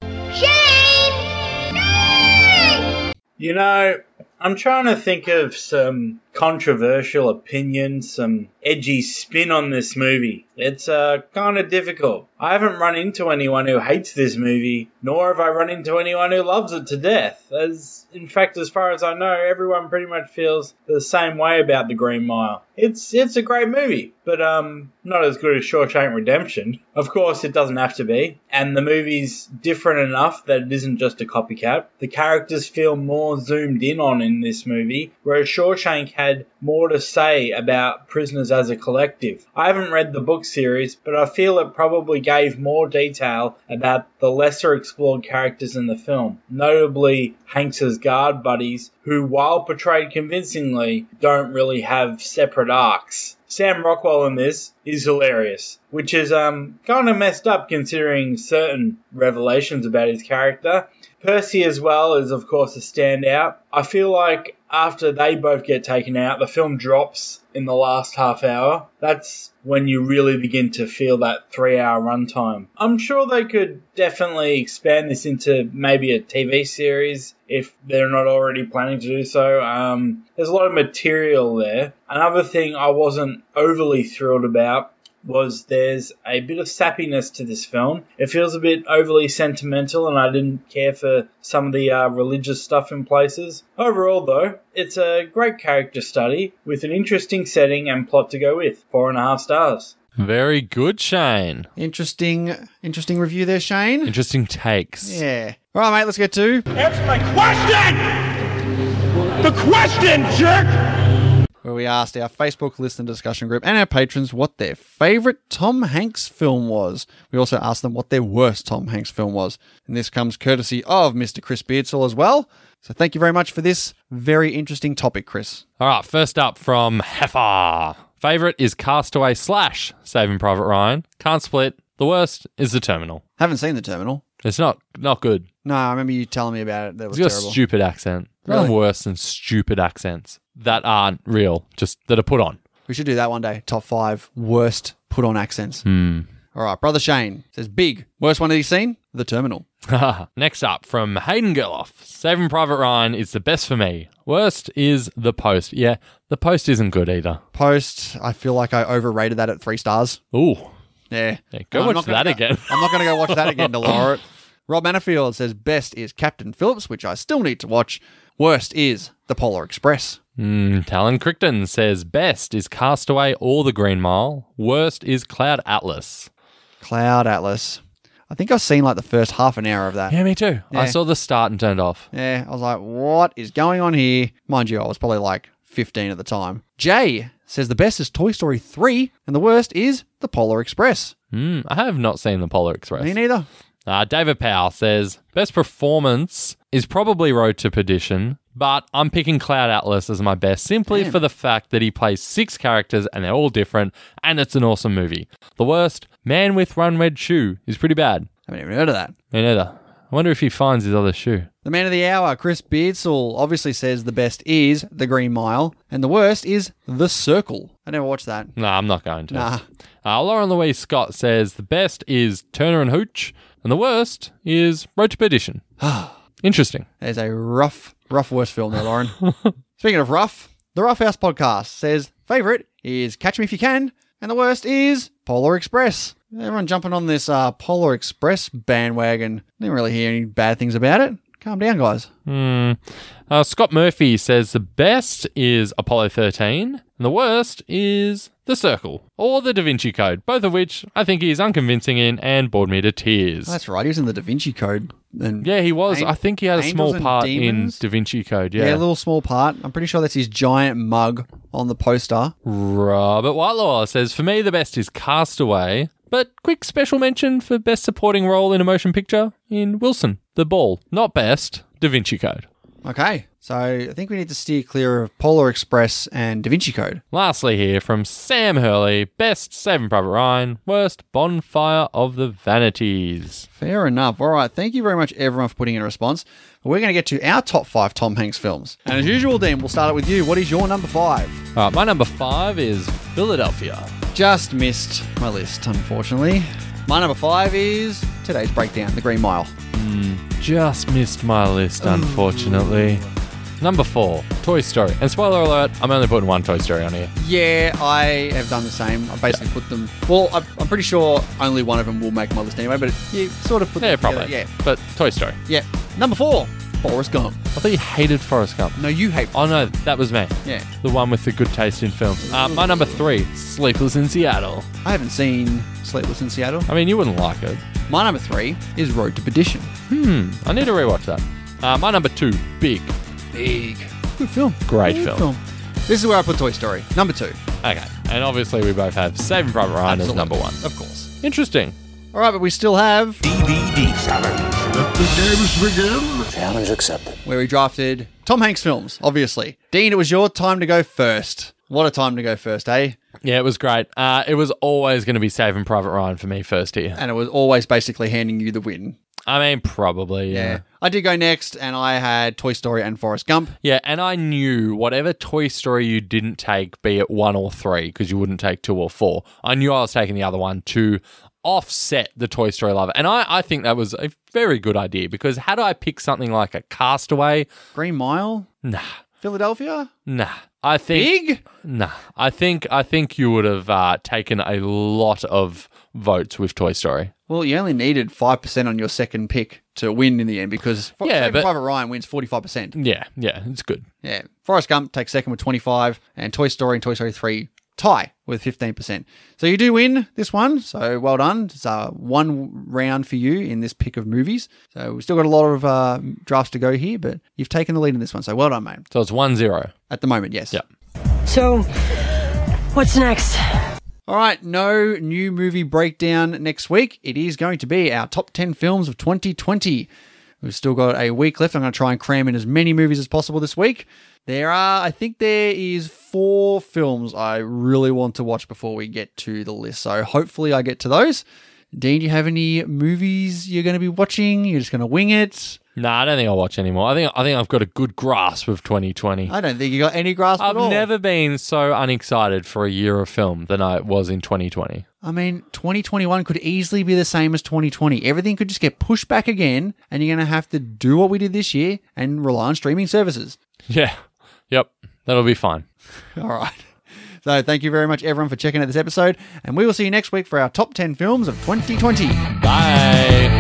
Speaker 10: You know, I'm trying to think of some controversial opinion, some edgy spin on this movie. It's uh, kind of difficult. I haven't run into anyone who hates this movie, nor have I run into anyone who loves it to death. As in fact, as far as I know, everyone pretty much feels the same way about The Green Mile. It's it's a great movie, but um, not as good as Shawshank Redemption. Of course, it doesn't have to be, and the movie's different enough that it isn't just a copycat. The characters feel more zoomed in on in this movie, whereas Shawshank had more to say about prisoners as a collective. I haven't read the book series, but I feel it probably gave more detail about the lesser explored characters in the film, notably Hanks's guard buddies, who, while portrayed convincingly, don't really have separate arcs. Sam Rockwell in this is hilarious, which is um, kind of messed up considering certain revelations about his character. Percy as well is of course a standout. I feel like after they both get taken out, the film drops in the last half hour. That's when you really begin to feel that three hour runtime. I'm sure they could definitely expand this into maybe a TV series if they're not already planning to do so. Um, there's a lot of material there. Another thing I wasn't overly thrilled about was there's a bit of sappiness to this film. It feels a bit overly sentimental, and I didn't care for some of the uh, religious stuff in places. Overall, though, it's a great character study with an interesting setting and plot to go with. Four and a half stars.
Speaker 2: Very good, Shane.
Speaker 1: Interesting, interesting review there, Shane.
Speaker 2: Interesting takes.
Speaker 1: Yeah. All right, mate. Let's get to.
Speaker 11: Answer my question! The question, jerk!
Speaker 1: where we asked our Facebook listener discussion group and our patrons what their favorite Tom Hanks film was. We also asked them what their worst Tom Hanks film was. And this comes courtesy of Mr. Chris Beardsall as well. So thank you very much for this very interesting topic, Chris.
Speaker 2: All right, first up from Heffa. Favorite is Castaway slash Saving Private Ryan. Can't split. The worst is The Terminal.
Speaker 1: Haven't seen The Terminal.
Speaker 2: It's not not good.
Speaker 1: No, I remember you telling me about it. That was
Speaker 2: It's got a
Speaker 1: terrible.
Speaker 2: stupid accent. Really?
Speaker 1: Really?
Speaker 2: worse than stupid accents that aren't real, just that are put on.
Speaker 1: we should do that one day. Top five worst put on accents.
Speaker 2: Hmm.
Speaker 1: All right, brother Shane says big worst one that he's seen. The Terminal.
Speaker 2: Next up from Hayden Gerloff. Saving Private Ryan is the best for me. Worst is The Post. Yeah, The Post isn't good either.
Speaker 1: Post. I feel like I overrated that at three stars.
Speaker 2: Ooh.
Speaker 1: Yeah.
Speaker 2: Yeah, go
Speaker 1: I'm not
Speaker 2: watch
Speaker 1: gonna
Speaker 2: that
Speaker 1: go-
Speaker 2: again.
Speaker 1: I'm not going to go watch that again to lower it. Rob Manafield says best is Captain Phillips, which I still need to watch. Worst is The Polar Express.
Speaker 2: Mm, Talon Crichton says best is Castaway or The Green Mile. Worst is Cloud Atlas.
Speaker 1: Cloud Atlas. I think I've seen like the first half an hour of that.
Speaker 2: Yeah, me too.
Speaker 1: Yeah.
Speaker 2: I saw the start and turned off.
Speaker 1: Yeah, I was like, what is going on here? Mind you, I was probably like 15 at the time. Jay says the best is Toy Story 3, and the worst is The Polar Express.
Speaker 2: Mm, I have not seen The Polar Express.
Speaker 1: Me neither.
Speaker 2: Uh, David Powell says best performance is probably Road to Perdition, but I'm picking Cloud Atlas as my best simply for the fact that he plays six characters and they're all different, and it's an awesome movie. The worst, Man with One Red Shoe, is pretty bad.
Speaker 1: I haven't even heard of that.
Speaker 2: Me neither. I wonder if he finds his other shoe.
Speaker 1: The man of the hour, Chris Beardsall, obviously says the best is The Green Mile, and the worst is The Circle. I never watched that.
Speaker 2: No, I'm not going to.
Speaker 1: Nah.
Speaker 2: Uh, Lauren Louise Scott says the best is Turner and Hooch, and the worst is Road to Perdition. Interesting.
Speaker 1: There's a rough, rough worst film there, Lauren. Speaking of rough, the Rough House podcast says favorite is Catch Me If You Can, and the worst is Polar Express. Everyone jumping on this uh, Polar Express bandwagon. Didn't really hear any bad things about it. Calm down, guys.
Speaker 2: Hmm. Uh, Scott Murphy says the best is Apollo 13, and the worst is The Circle or The Da Vinci Code, both of which I think he is unconvincing in and bored me to tears.
Speaker 1: That's right. He was in the Da Vinci Code. And
Speaker 2: yeah, he was.
Speaker 1: An-
Speaker 2: I think he had a
Speaker 1: Angels
Speaker 2: small
Speaker 1: and
Speaker 2: part
Speaker 1: Demons?
Speaker 2: in Da Vinci Code.
Speaker 1: yeah,
Speaker 2: Yeah.
Speaker 1: a little small part. I'm pretty sure that's his giant mug on the poster.
Speaker 2: Robert Whitelaw says for me the best is Castaway, but quick special mention for best supporting role in a motion picture in Wilson, The Ball. Not best, Da Vinci Code.
Speaker 1: Okay, so I think we need to steer clear of Polar Express and Da Vinci Code.
Speaker 2: Lastly, here from Sam Hurley, best Saving Private Ryan, worst Bonfire of the Vanities.
Speaker 1: Fair enough. All right. Thank you very much, everyone, for putting in a response. We're going to get to our top five Tom Hanks films. And as usual, Dean, we'll start it with you. What is your number five?
Speaker 2: All right, my number five is Philadelphia.
Speaker 1: Just missed my list, unfortunately. My number five is today's breakdown, The Green Mile.
Speaker 2: Just missed my list, unfortunately. Number four, Toy Story. And spoiler alert, I'm only putting one Toy Story on here.
Speaker 1: Yeah, I have done the same. I basically put them. Well, I, I'm pretty sure only one of them will make my list anyway, but you sort of put
Speaker 2: Yeah,
Speaker 1: them together.
Speaker 2: probably. But Toy Story.
Speaker 1: Yeah. Yeah. Number four, Forrest Gump.
Speaker 2: I thought you hated Forrest Gump.
Speaker 1: No, you hate.
Speaker 2: Oh no, that was me.
Speaker 1: Yeah.
Speaker 2: The one with the good taste in film. Uh, my number three, Sleepless in Seattle.
Speaker 1: I haven't seen Sleepless in Seattle.
Speaker 2: I mean, you wouldn't like it.
Speaker 1: My number three is Road to Perdition.
Speaker 2: Hmm, I need to rewatch that. Uh, my number two, Big.
Speaker 1: Big. Good film.
Speaker 2: Great
Speaker 1: Good
Speaker 2: film.
Speaker 1: This is where I put Toy Story. Number two.
Speaker 2: Okay, and obviously we both have Saving Private Ryan as
Speaker 1: Absolutely.
Speaker 2: number one.
Speaker 1: Of course.
Speaker 2: Interesting.
Speaker 1: All right, but we still have
Speaker 12: DVD challenge. Let the games begin. Challenge accepted.
Speaker 1: where we drafted Tom Hanks films, obviously. Dean, it was your time to go first. What a time to go first, eh?
Speaker 2: Yeah, it was great. Uh, it was always going to be Saving Private Ryan for me first here.
Speaker 1: And it was always basically handing you the win.
Speaker 2: I mean, probably.
Speaker 1: Yeah.
Speaker 2: Yeah.
Speaker 1: I did go next, and I had Toy Story and Forrest Gump.
Speaker 2: Yeah, and I knew whatever Toy Story you didn't take, be it one or three, because you wouldn't take two or four, I knew I was taking the other one to offset the Toy Story lover. And I, I think that was a very good idea because had I picked something like a Castaway,
Speaker 1: Green Mile,
Speaker 2: nah,
Speaker 1: Philadelphia.
Speaker 2: nah. I think
Speaker 1: Big?
Speaker 2: Nah. I think I think you would have uh, taken a lot of votes with Toy Story.
Speaker 1: Well, you only needed 5% on your second pick to win in the end because Fo-
Speaker 2: Yeah,
Speaker 1: Saving
Speaker 2: but-
Speaker 1: Private Ryan wins 45%.
Speaker 2: Yeah, yeah, it's good.
Speaker 1: Yeah. Forrest Gump takes second with 25 and Toy Story and Toy Story 3 tie with 15%. So you do win this one. So well done. It's uh, one round for you in this pick of movies. So we've still got a lot of uh, drafts to go here, but you've taken the lead in this one. So well done, mate.
Speaker 2: So it's one zero.
Speaker 1: At the moment, yes.
Speaker 2: Yeah.
Speaker 13: So, what's next?
Speaker 1: All right, no new movie breakdown next week. It is going to be our top 10 films of 2020. We've still got a week left. I'm going to try and cram in as many movies as possible this week. There are, I think there is four films I really want to watch before we get to the list. So hopefully I get to those. Dean, do you have any movies you're going to be watching? You're just going to wing it?
Speaker 2: No, I don't think I'll watch anymore. I think I think I've got a good grasp of 2020.
Speaker 1: I don't think you got any grasp at
Speaker 2: I've
Speaker 1: Uh, all.
Speaker 2: never been so unexcited for a year of film than I was in 2020.
Speaker 1: I mean, 2021 could easily be the same as 2020. Everything could just get pushed back again, and you're going to have to do what we did this year and rely on streaming services.
Speaker 2: Yeah. Yep. That'll be fine.
Speaker 1: All right. So, thank you very much, everyone, for checking out this episode, and we will see you next week for our top 10 films of 2020.
Speaker 2: Bye.